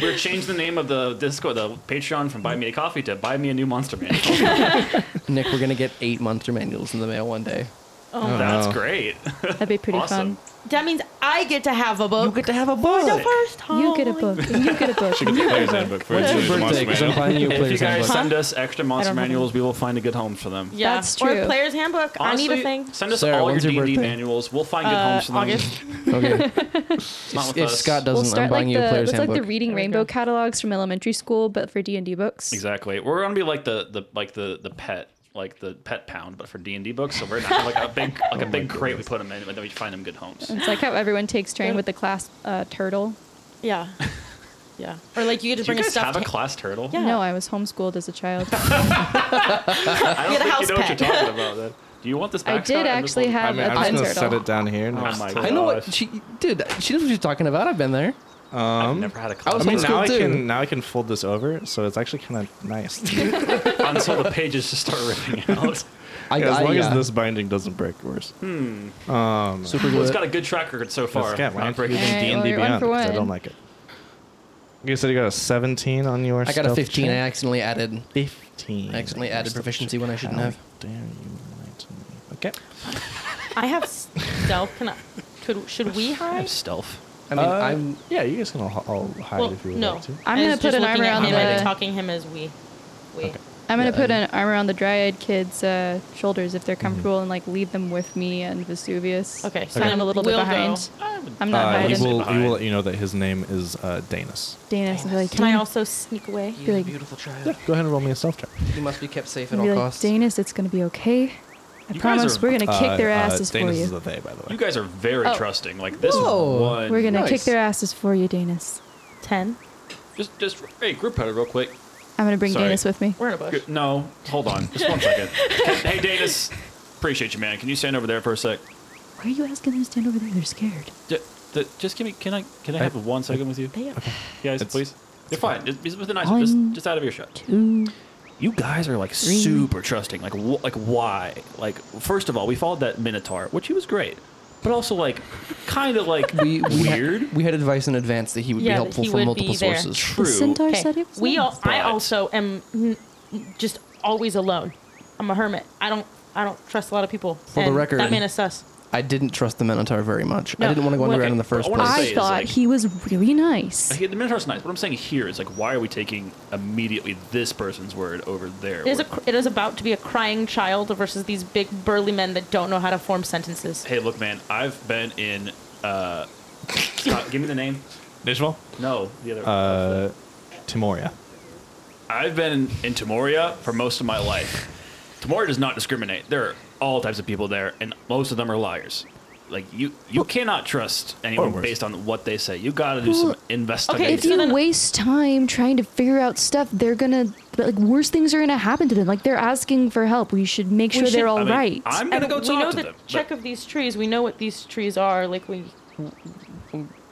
D: We're changed the name of the Discord, the Patreon, from "Buy Me a Coffee" to "Buy Me a New Monster Manual."
I: (laughs) (laughs) Nick, we're gonna get eight Monster Manuals in the mail one
A: (laughs)
I: day.
D: That's great.
E: That'd be pretty
D: Awesome.
B: That means I get to have a book. You get to have a book. For the first time.
E: fun. You get a book. You get a book.
I: When's
A: Yeah,
I: your
A: the
I: birthday?
A: Monster
I: Because I'm
A: Manual.
I: buying you
D: If
I: a
D: you
I: player's
D: guys
I: handbook.
D: send us extra monster
B: don't have
D: manuals, we will find a good home for them.
B: Yeah.
E: That's
B: Or
E: true.
B: a player's handbook. I need a
D: Honestly,
B: thing.
D: Send us
I: Sarah,
D: all your
I: when's
D: D&D
I: your birthday?
D: manuals. We'll find good
B: Uh,
D: homes for them.
B: August.
I: Okay.
D: It's not
I: if
D: with
I: if
D: us.
I: Scott doesn't,
E: We'll
I: I'm
E: start like
I: buying you a
E: the
I: player's
E: it's like
I: handbook.
E: the reading
B: There we
E: rainbow
B: go.
E: catalogs from elementary school, but for D and D books.
D: Exactly. We're gonna be like the, the like the, the pet like the pet pound, but for D and D books. So we're gonna have like a
I: (laughs)
D: big like a
I: Oh
D: big crate we put them in, and then we find them good homes.
E: It's like how everyone takes turn with the class uh, turtle.
B: Yeah. Yeah. Or like you get to
D: Do you
B: bring a
D: guys
B: stuffed.
D: have a
B: ha-
D: class turtle?
B: Yeah.
E: No, I was homeschooled as a child.
D: I don't
B: Get a
D: think
B: house
D: you know
B: pet.
D: what you're talking about. Then. Do you want this?
E: I
D: back,
E: did
D: Scott? I'm just
E: actually
D: holding-
A: I
E: have
A: mean,
E: a
A: I'm just
E: pen
A: gonna set
E: turtle.
A: it down here.
D: Oh my god!
I: I know what she, dude. She knows what she's talking about. I've been there.
D: I've never had a
I: I
D: class.
I: was
A: I mean,
I: homeschooled
A: now I
I: too.
A: can now I can fold this over, so it's actually kind of (laughs) nice.
D: until the pages just start
I: (laughs)
D: ripping out.
I: I,
A: as
I: I,
A: long as
I: yeah.
A: this binding doesn't break yours.
I: super
D: Well,
I: glue.
D: it's got a good track record so far.
A: Yeah,
D: not
A: why aren't you
D: breaking.
E: All
A: using
E: right,
A: D&D
E: well, you're one
A: Beyond?
E: for
A: 'Cause I
E: one.
A: don't like it. You said you got a 17 on your.
I: I got a
A: stealth
I: 15. I
A: check?
I: accidentally added.
A: 15.
I: I accidentally
A: on your
I: added
A: stealth
I: proficiency
A: check.
I: when I shouldn't
A: How
I: have.
A: Dare you lie to me? Okay.
B: I have stealth. Can I? Could, should we
D: I
B: hide?
D: have stealth.
I: I mean,
A: Uh,
I: I'm.
A: yeah, you guys can all, all hide
B: Well,
A: if you would
B: no.
A: like to.
E: I'm
B: I
E: gonna
B: was
E: put
B: just
E: an armor
B: looking at
E: on
B: him and
E: the-
B: talking him as we. We.
E: I'm gonna
I: Yeah,
E: put
I: I-
E: an armor on the Dryad kids' uh, shoulders if they're comfortable, and like leave them with me and Vesuvius.
B: Okay, so
E: so I'm
B: then
E: a little
B: we'll
E: bit behind.
B: go.
D: I would-
E: I'm not
A: Uh, he
E: hiding.
A: will. He
D: Hide.
A: will let you know that his name is uh, Danus.
E: Danis is like,
B: Can I
E: "Danis,"
B: also sneak away?
E: be like,
I: beautiful child.
A: Yeah, go ahead and roll me a self check.
I: He must be kept safe
E: be
I: at all
E: like,
I: costs.
E: Danis, it's gonna be okay. I
D: You guys
E: promise
D: are-
E: we're gonna kick their
A: Uh, uh,
E: asses for
A: Danus is the
E: you.
A: they, by the way.
D: You guys are very
B: Oh.
D: trusting. Like this
I: Whoa.
D: one.
E: We're gonna kick
I: Nice.
E: their asses for you, Danis.
B: Ten.
D: just just hey group powder real quick.
E: I'm gonna bring
D: Sorry.
E: Danis with me.
B: We're in a bush.
D: Good- No, hold on, just one second. hey Danis, appreciate you, man. Can you stand over there for a sec?
E: Why are you asking them to stand over there? They're scared.
D: J- th- just give me. Can I can I have one second with you,
B: They are.
D: guys?
A: It's-
D: please. You're fine. Just, just with an eye, shot, just
E: One,
D: just out of your shot.
E: Ooh.
D: You guys are like super trusting. Like wh- like why? Like first of all, we followed that Minotaur, which he was great, but also like kind of like
I: We, we had-
D: weird.
I: we had advice in advance that he would be
B: Yeah, that
I: helpful
B: he
I: from
B: would
I: multiple
B: be there.
I: sources.
E: The
D: True.
E: centaur
B: Okay.
E: said it was
B: We all,
E: nice.
B: I
D: But-
B: also am n- n- just always alone. I'm a hermit. I don't I don't trust a lot of people.
I: For the
B: and
I: record-
B: that man is sus.
I: I didn't trust the Minotaur very much.
D: No,
I: I didn't want to go
D: well,
I: underground
D: okay,
I: in the first
D: but I wanna
I: place.
D: say
E: I
D: is,
E: thought
D: like-
E: he was really nice.
D: Like, the Minotaur's nice. What I'm saying here is like, why are we taking immediately this person's word over their?
B: It is, a,
D: word?
B: cr- it is about to be a crying child versus these big burly men that don't know how to form sentences.
D: hey, look, man, I've been in.
E: (laughs)
D: Uh, Scott, give me the name.
A: Nishmal?
D: No, the other.
A: Uh, Timoria.
D: I've been in, in Tamoria for most of my life. Tamoria does not discriminate. There are all types of people there, and most of them are liars. Like you, you cannot trust anyone
A: worse.
D: based on what they say. You got to do some
E: Well,
D: investigation.
E: if
B: so
E: you
B: then-
E: waste time trying to figure out stuff, they're gonna like worse things are gonna happen to them. Like they're asking for help. We should make sure
B: should-
E: they're
B: I
E: all
D: I mean,
E: right.
D: I'm gonna
B: And
D: go
B: we
D: talk
B: know
D: to
B: the
D: them. but-
B: check of these trees. We know what these trees are. Like we,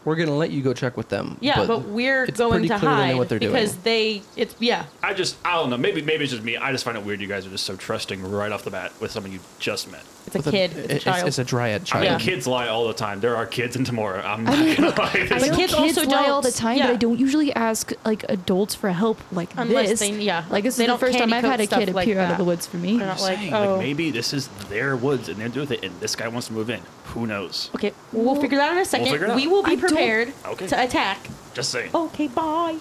I: We're gonna let you go check with them.
B: yeah, but, we're
I: it's
B: going
I: pretty
B: to
I: clear they know
B: hide
I: what they're doing.
B: because they. It's yeah.
D: I just, I don't know. Maybe, maybe it's just me. I just find it weird. You guys are just so trusting right off the bat with someone you just met.
B: It's a
I: With
B: kid. it's a child.
I: It's, a dryad
D: I
I: child.
D: mean,
B: Yeah.
D: kids lie all the time. There are kids in Tamora.
B: (laughs)
D: I'm not
E: I mean,
D: gonna lie.
E: I
B: But
E: know
B: kids
E: kids,
B: also
E: lie all the
B: don't-
E: time, but
B: yeah.
E: I don't usually ask like adults for help like
B: Unless
E: this.
B: they- yeah,
E: like this
B: they
E: is the
B: don't
E: first time
B: candy
E: I've had
B: coat
E: a
B: stuff
E: kid
B: like
E: appear out of
B: that.
E: the woods for me.
B: They're not
D: like,
B: like,
D: saying,
B: oh.
D: like maybe this is their woods and they're doing it, and this guy wants to move in. Who knows?
B: Okay, we'll,
E: Well,
B: figure that out in a second.
D: figure it out.
B: we will
E: I
B: be
E: don't-
B: prepared
D: Okay.
B: to attack.
D: Just saying.
B: Okay, bye.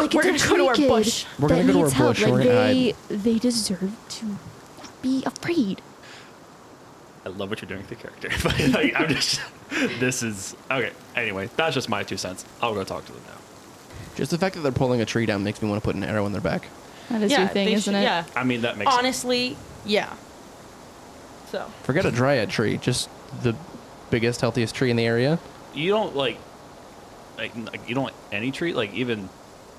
E: Like
B: We're
E: it's a
B: gonna go to our
E: kid
B: bush.
I: We're gonna
E: that
I: go to our
E: needs help.
I: bush,
E: Like
I: we're gonna
E: they they deserve to not be afraid.
D: I love what you're doing with the character, (laughs) but like, I'm just. (laughs) This is okay. Anyway, that's just my two cents. I'll go talk to them now.
I: Just the fact that they're pulling a tree down makes me want to put an arrow in their back.
E: That is your thing,
B: they
E: isn't
B: should-
E: it?
B: Yeah.
D: I mean, that makes
B: Honestly, yeah. So
I: Forget a dryad tree, just the biggest, healthiest tree in the area.
D: you don't like, like n- like, you don't like any tree, like even.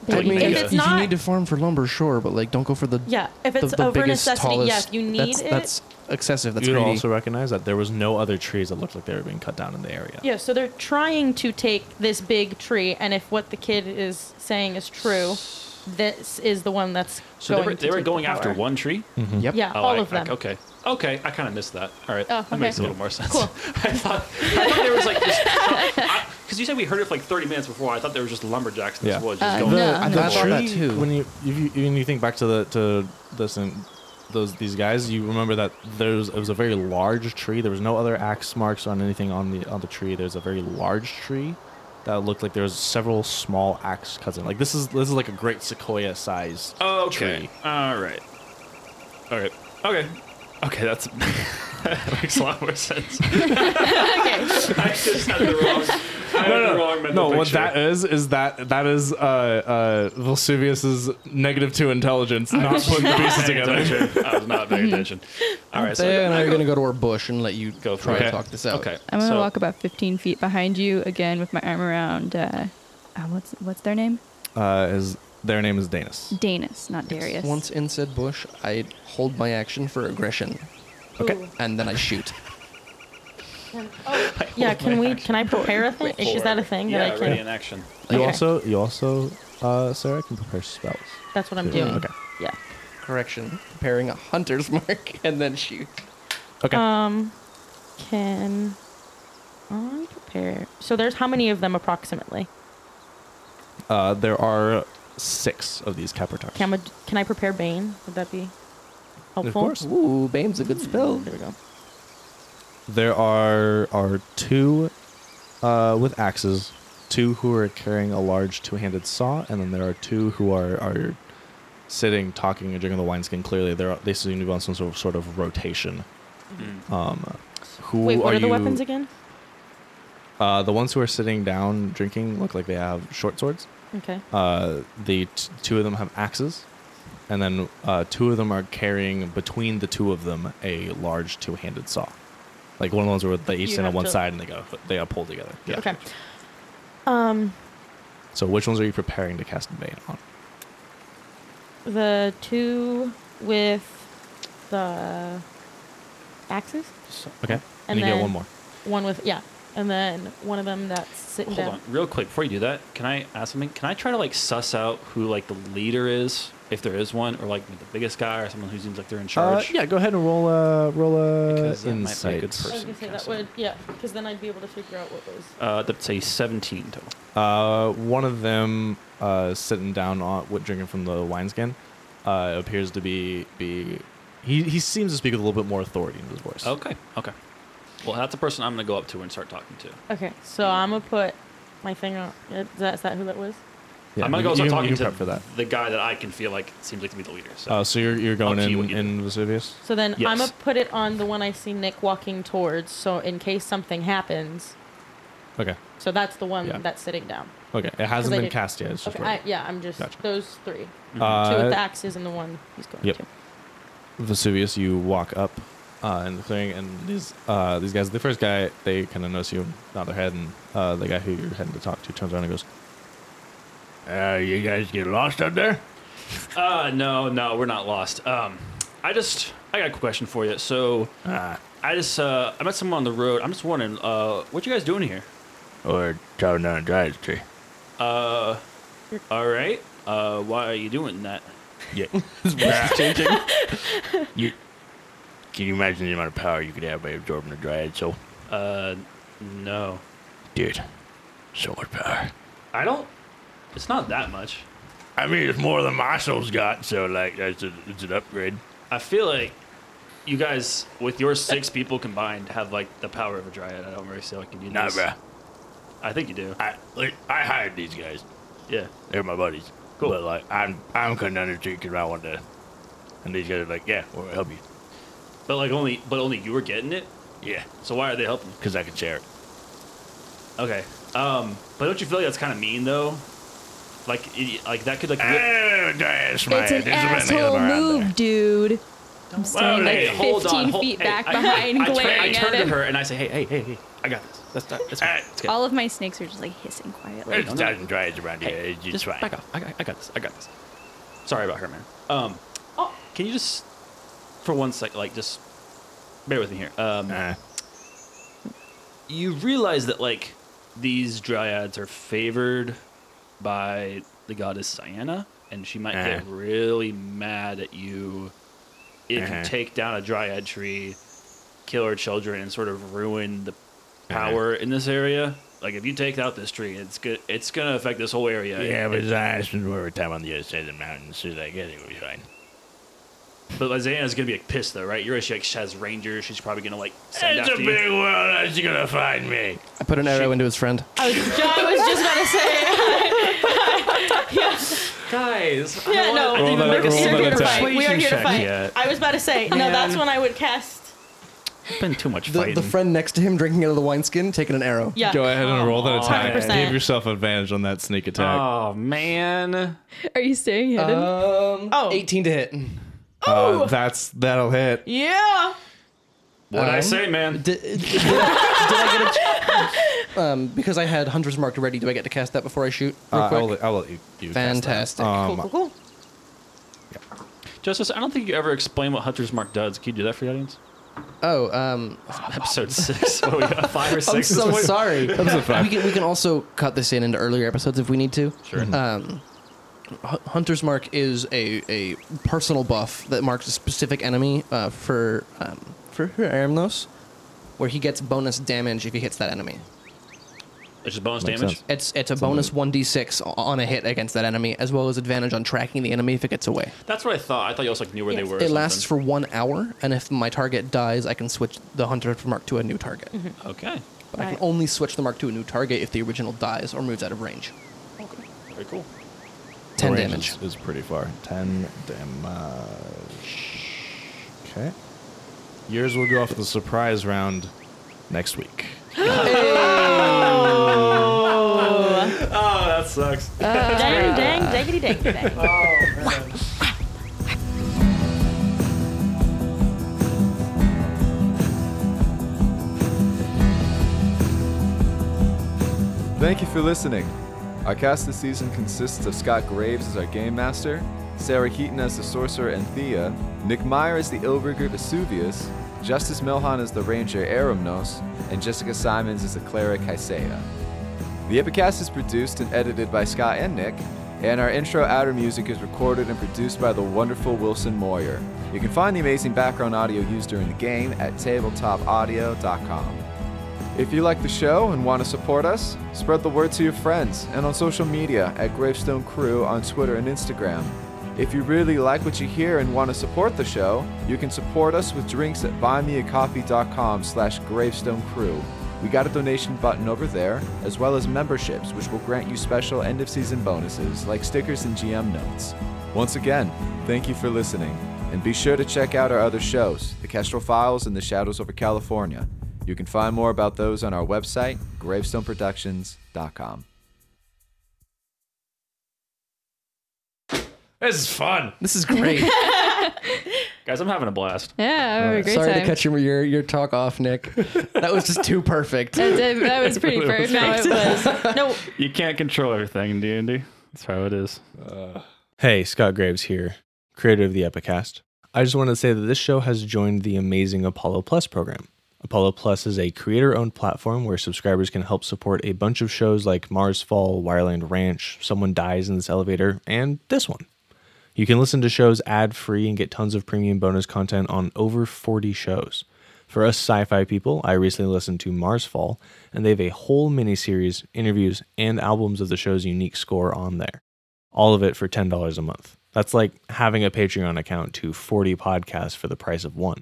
E: They
D: I mean,
E: need
D: if
E: it.
B: it's
I: if
B: not-
I: you need to farm for lumber, sure, but like, don't go for the
B: yeah, if
I: the,
B: it's
I: the
B: over
I: biggest,
B: necessity,
I: tallest.
B: yeah. If you need
I: that's,
B: it,
I: that's excessive. That's
A: You'd
I: greedy.
A: also recognize that there was no other trees that looked like they were being cut down in the area.
B: yeah. So they're trying to take this big tree, and if what the kid is saying is true, this is the one that's
D: So
B: going
D: they were,
B: to
D: they were
B: take the
D: going after
B: power.
D: one tree.
I: Yep.
B: Yeah,
D: Oh,
B: all
D: I-
B: of them.
D: I, okay. Okay, I kind of missed that. All right,
B: Oh,
D: that makes a
B: okay.
D: little more sense.
B: Cool.
D: (laughs) I thought I thought there was like because you said we heard it for like 30 minutes before. I thought there was just lumberjacks in this
A: Yeah.
D: woods
B: Uh,
D: just going.
B: no.
I: I thought that too.
A: Uh, When you, if you when you think back to the to this and those these guys, you remember that there was it was a very large tree. There was no other axe marks on anything on the on the tree. There's a very large tree that looked like there was several small axe cuts in. Like this is this is like a great sequoia size.
D: Oh. Okay.
A: Tree.
D: All right. All right. Okay. Okay, that's (laughs) that makes a lot more sense. (laughs)
B: okay.
D: I just had the wrong. I had the wrong mental
A: No, what
D: picture.
A: that is is that that is uh, uh, Vesuvius's negative two intelligence, not putting
D: (laughs)
A: the pieces
D: Paying
A: together.
D: attention. I was not paying
A: (laughs)
D: attention. All right, so
I: They and I
D: I
I: are
D: go-
I: going to go to our bush and let you go try
D: Okay.
I: to talk this out.
D: Okay.
E: I'm gonna
D: so-
E: walk about 15 feet behind you again with my arm around. Uh, uh, what's what's their name?
A: Uh, is their name is Danis.
E: Danis, not Darius.
I: Once in said bush, I hold my action for aggression,
B: Ooh.
I: and then I shoot.
B: Yeah. Can we? Can I prepare a thing? Is that a thing
D: Yeah,
B: that I can?
D: ready in action.
A: You
B: Okay.
A: also, you also, uh, Sarah can prepare spells.
B: That's what I'm
A: Yeah,
B: doing.
A: okay.
B: Yeah.
I: Correction: preparing a hunter's (laughs) mark and then shoot.
A: Okay.
B: Um, can I prepare? So there's how many of them approximately?
A: uh, there are six of these Capitars.
B: Can I, can I prepare Bane? Would that be helpful?
A: of course.
I: Ooh, Bane's a good spell. There we go.
A: There are are two uh, with axes, two who are carrying a large two-handed saw, and then there are two who are are sitting, talking, and drinking the wineskin. Clearly, they're they seem to be on some sort of, sort of rotation. Um, who
B: Wait, what are, the
A: you-
B: weapons again?
A: Uh, the ones who are sitting down drinking look like they have short swords.
B: Okay.
A: Uh, the t- two of them have axes, and then uh, two of them are carrying between the two of them a large two-handed saw, like one of those where they each
B: You
A: stand on
B: have
A: one
B: to-
A: side and they go they are pulled together. Yeah.
B: Okay. Um,
A: So which ones are you preparing to cast Bane on?
B: the two with the axes,
A: Okay. And,
B: And
A: you get
B: then-
A: one more.
B: one with yeah, and then one of them that's sitting
D: Hold
B: down.
D: on, real quick before you do that, can I ask something? Can I try to like suss out who like the leader is, if there is one, or like the biggest guy, or someone who seems like they're in charge?
A: Uh, yeah. Go ahead and roll a roll a
D: Because that might be
A: insight.
D: a good
B: I was
D: person.
B: gonna say that
D: Castle.
B: would yeah, because then I'd be able to figure out what was.
D: Uh, that's say 17 total.
A: Uh, one of them uh, sitting down on with drinking from the wineskin uh, appears to be be he, he seems to speak with a little bit more authority in his voice.
D: Okay, okay. Well, that's the person I'm going to go up to and start talking to.
B: Okay, so I'm gonna put my finger. On, is, that, is that who that was?
D: I'm going to go start talking
A: you
D: to
A: prep for that.
D: the guy that I can feel like seems like to be the leader. So
A: Oh, so you're, you're going
D: Up to you
A: in,
D: what you
A: in Vesuvius?
B: So then I'm
D: Yes.
B: gonna put it on the one I see Nick walking towards. So in case something happens,
A: Okay.
B: so that's the one
A: Yeah.
B: that's sitting down.
A: Okay. It
B: Because
A: hasn't
B: I
A: been
B: did-
A: cast yet. It's just
B: Okay,
A: waiting.
B: I, yeah, I'm just
A: Gotcha.
B: those three. Two
A: Uh,
B: with the axes and the one he's going
A: yep.
B: to.
A: Vesuvius, you walk up uh, in the clearing, and these uh, these guys. The first guy, they kind of notice you, nod their head, and uh, the guy who you're heading to talk to turns around and goes,
G: (laughs) Uh, you guys get lost up there?
D: Uh, no, no, we're not lost. Um, I just, I got a quick question for you. So,
G: Uh,
D: I just, uh, I met someone on the road. I'm just wondering, uh, what you guys doing here?
G: or talking down a giant tree.
D: Uh, all right. Uh, why are you doing that?
G: Yeah. changing. you, can you imagine the amount of power you could have by absorbing a dryad soul?
D: Uh, no,
G: Dude, so much power.
D: I don't. It's not that much.
G: I mean, it's more than my soul's got, so like, that's a, it's an upgrade.
D: I feel like you guys, with your
G: Eh.
D: six people combined, have like the power of a dryad. I don't really see how I can do
G: Nah,
D: this.
G: bruh.
D: I think you do.
G: I, like, I hired these guys.
D: Yeah.
G: They're my buddies.
D: Cool.
G: But like, I'm I'm cutting down the tree because I want to. And these guys are like, yeah, we'll help you.
D: But like only, but only you were getting it.
G: Yeah,
D: So why are they helping?
G: because I can share it.
D: Okay. Um, but don't you feel like that's kind of mean though? Like, i- like that could like. rip-
G: Ah, that's my-
E: It's an
G: this is what they have
E: asshole
G: around there.
E: move, dude. I'm
D: Well,
E: standing
D: hey,
E: like
D: hold
E: 15
D: on, hold-
E: feet
D: hey,
E: back
D: I-
E: behind,
D: (laughs) I, I, turn-
E: glaring
D: I
E: at
D: turn to
E: him.
D: her and I say, hey, hey, hey, hey, I got this. That's not, that's fine.
G: Ah.
D: It's good.
E: All of my snakes are just like hissing quietly.
G: There's a thousand dryads around here.
D: Hey,
G: it's just
D: just
G: fine.
D: back off. I got, I got this. I got this. Sorry about her, man. Um, oh, can you just, for one sec, like just bear with me here. Um,
G: Uh,
D: you realize that like these dryads are favored by the goddess Diana, and she might get
G: Uh-huh.
D: really mad at you if you
G: Uh-huh.
D: take down a dryad tree, kill her children, and sort of ruin the power in this area. Like if you take out this tree, it's good. It's gonna affect this whole area.
G: yeah, but I spent more time on the other side of the mountain, so like, yeah, it was fine.
D: But like, Diana's gonna be like pissed though, right? You're she she has rangers. She's probably gonna like send
G: It's a
D: after you.
G: big world. How's you gonna find me?
I: I put an arrow into his friend.
B: I was, I was just gonna say.
D: Guys,
B: Yeah, no,
D: I didn't
A: Roll
D: even
A: that-
D: make a
A: roll
B: we are
A: that
B: here to
D: single
A: attack.
B: fight. We are
D: persuasion
B: here to
D: check
B: fight.
D: yet.
B: I was about to say, no, that's when I would cast.
D: Been too much
I: The,
D: fighting.
I: the friend next to him drinking out of the wineskin, taking an arrow.
B: Yeah.
A: "Go ahead and roll that
D: Aw.
A: attack.
B: 100%.
A: Give yourself advantage on that sneak attack."
D: Oh man.
E: Are you staying hidden?
I: Um,
B: Oh.
I: 18 to hit.
A: Uh, that's that'll hit.
B: Yeah.
D: What I
I: Um,
D: say, man?
I: Did, did, did I get a ch- um, because I had Hunter's Mark ready, do I get to cast that before I shoot? Real
A: Uh,
I: quick?
A: I'll, let- I'll let you. you cast that.
I: Fantastic.
A: Um,
B: cool, cool, cool.
D: Justice, I don't think you ever explain what Hunter's Mark does. Can you do that for the audience?
I: oh, um, (laughs)
D: Episode six. What do we got? Five or
I: I'm
D: six.
I: (laughs) so
D: What-
I: sorry. We can, we can also cut this in into earlier episodes if we need to. Sure. Um, Hu- Hunter's Mark is a, a personal buff that marks a specific enemy uh, for um, for Aramnos, where he gets bonus damage if he hits that enemy.
D: It's just bonus
A: Makes
D: damage.
A: sense.
I: It's it's a bonus one d six on a hit against that enemy, as well as advantage on tracking the enemy if it gets away.
D: That's what I thought. I thought you also like, knew where
B: Yes.
D: they were. or
I: it lasts
D: something.
I: for one hour, and if my target dies, I can switch the Hunter's Mark to a new target.
D: Okay.
I: But I can
B: Right.
I: only switch the mark to a new target if the original dies or moves out of range.
D: Very cool.
I: Ten
A: range
I: damage.
A: is, is pretty far. Ten damage. Okay. Yours will go off in the surprise round next week.
D: Oh, that sucks.
B: Dang, dang, dangity, dang, dang.
C: Thank you for listening. Our cast this season consists of Scott Graves as our game master, Sarah Heaton as the sorcerer and Thea, Nick Meyer as the Illrigger Vesuvius, Justice Milhan as the ranger Aramnos, and Jessica Simons as the cleric Hysea. The Epicast is produced and edited by Scott and Nick, and our intro outer music is recorded and produced by the wonderful Wilson Moyer. You can find the amazing background audio used during the game at tabletopaudio.com. If you like the show and want to support us, spread the word to your friends and on social media at Gravestone Crew on Twitter and Instagram. If you really like what you hear and want to support the show, you can support us with drinks at buymeacoffee.com slash gravestone crew. We got a donation button over there, as well as memberships, which will grant you special end of season bonuses like stickers and GM notes. Once again, thank you for listening, and be sure to check out our other shows, The Kestrel Files and The Shadows Over California. You can find more about those on our website, gravestoneproductions.com.
K: This is fun.
I: This is great.
D: (laughs) Guys, I'm having a blast.
B: Yeah, I had a great
I: Sorry
B: time.
I: to cut your, your your talk off, Nick. That was just too perfect.
B: That, that- that was
I: (laughs)
B: pretty perfect.
L: no,
D: You can't control everything in D&D. That's how it is.
A: Hey, Scott Graves here, creator of the Epicast. I just wanted to say that this show has joined the amazing Apollo Plus program. Apollo Plus is a creator owned platform where subscribers can help support a bunch of shows like Mars Fall, Wireland Ranch, Someone Dies in This Elevator, and this one. You can listen to shows ad free and get tons of premium bonus content on over 40 shows. For us sci fi people, I recently listened to Mars Fall, and they have a whole miniseries, interviews, and albums of the show's unique score on there all of it for $10 a month. That's like having a Patreon account to 40 podcasts for the price of one.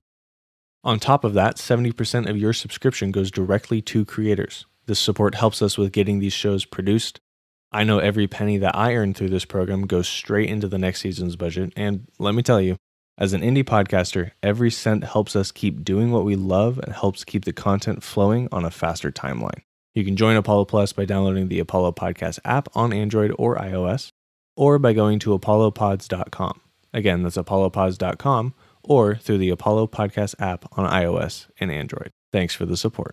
A: On top of that, 70% of your subscription goes directly to creators. This support helps us with getting these shows produced. I know every penny that I earn through this program goes straight into the next season's budget, and let me tell you, as an indie podcaster, every cent helps us keep doing what we love and helps keep the content flowing on a faster timeline. You can join Apollo Plus by downloading the Apollo Podcast app on Android or iOS or by going to apollopods.com. Again, that's apollopods.com or through the Apollo Podcast app on iOS and Android. Thanks for the support.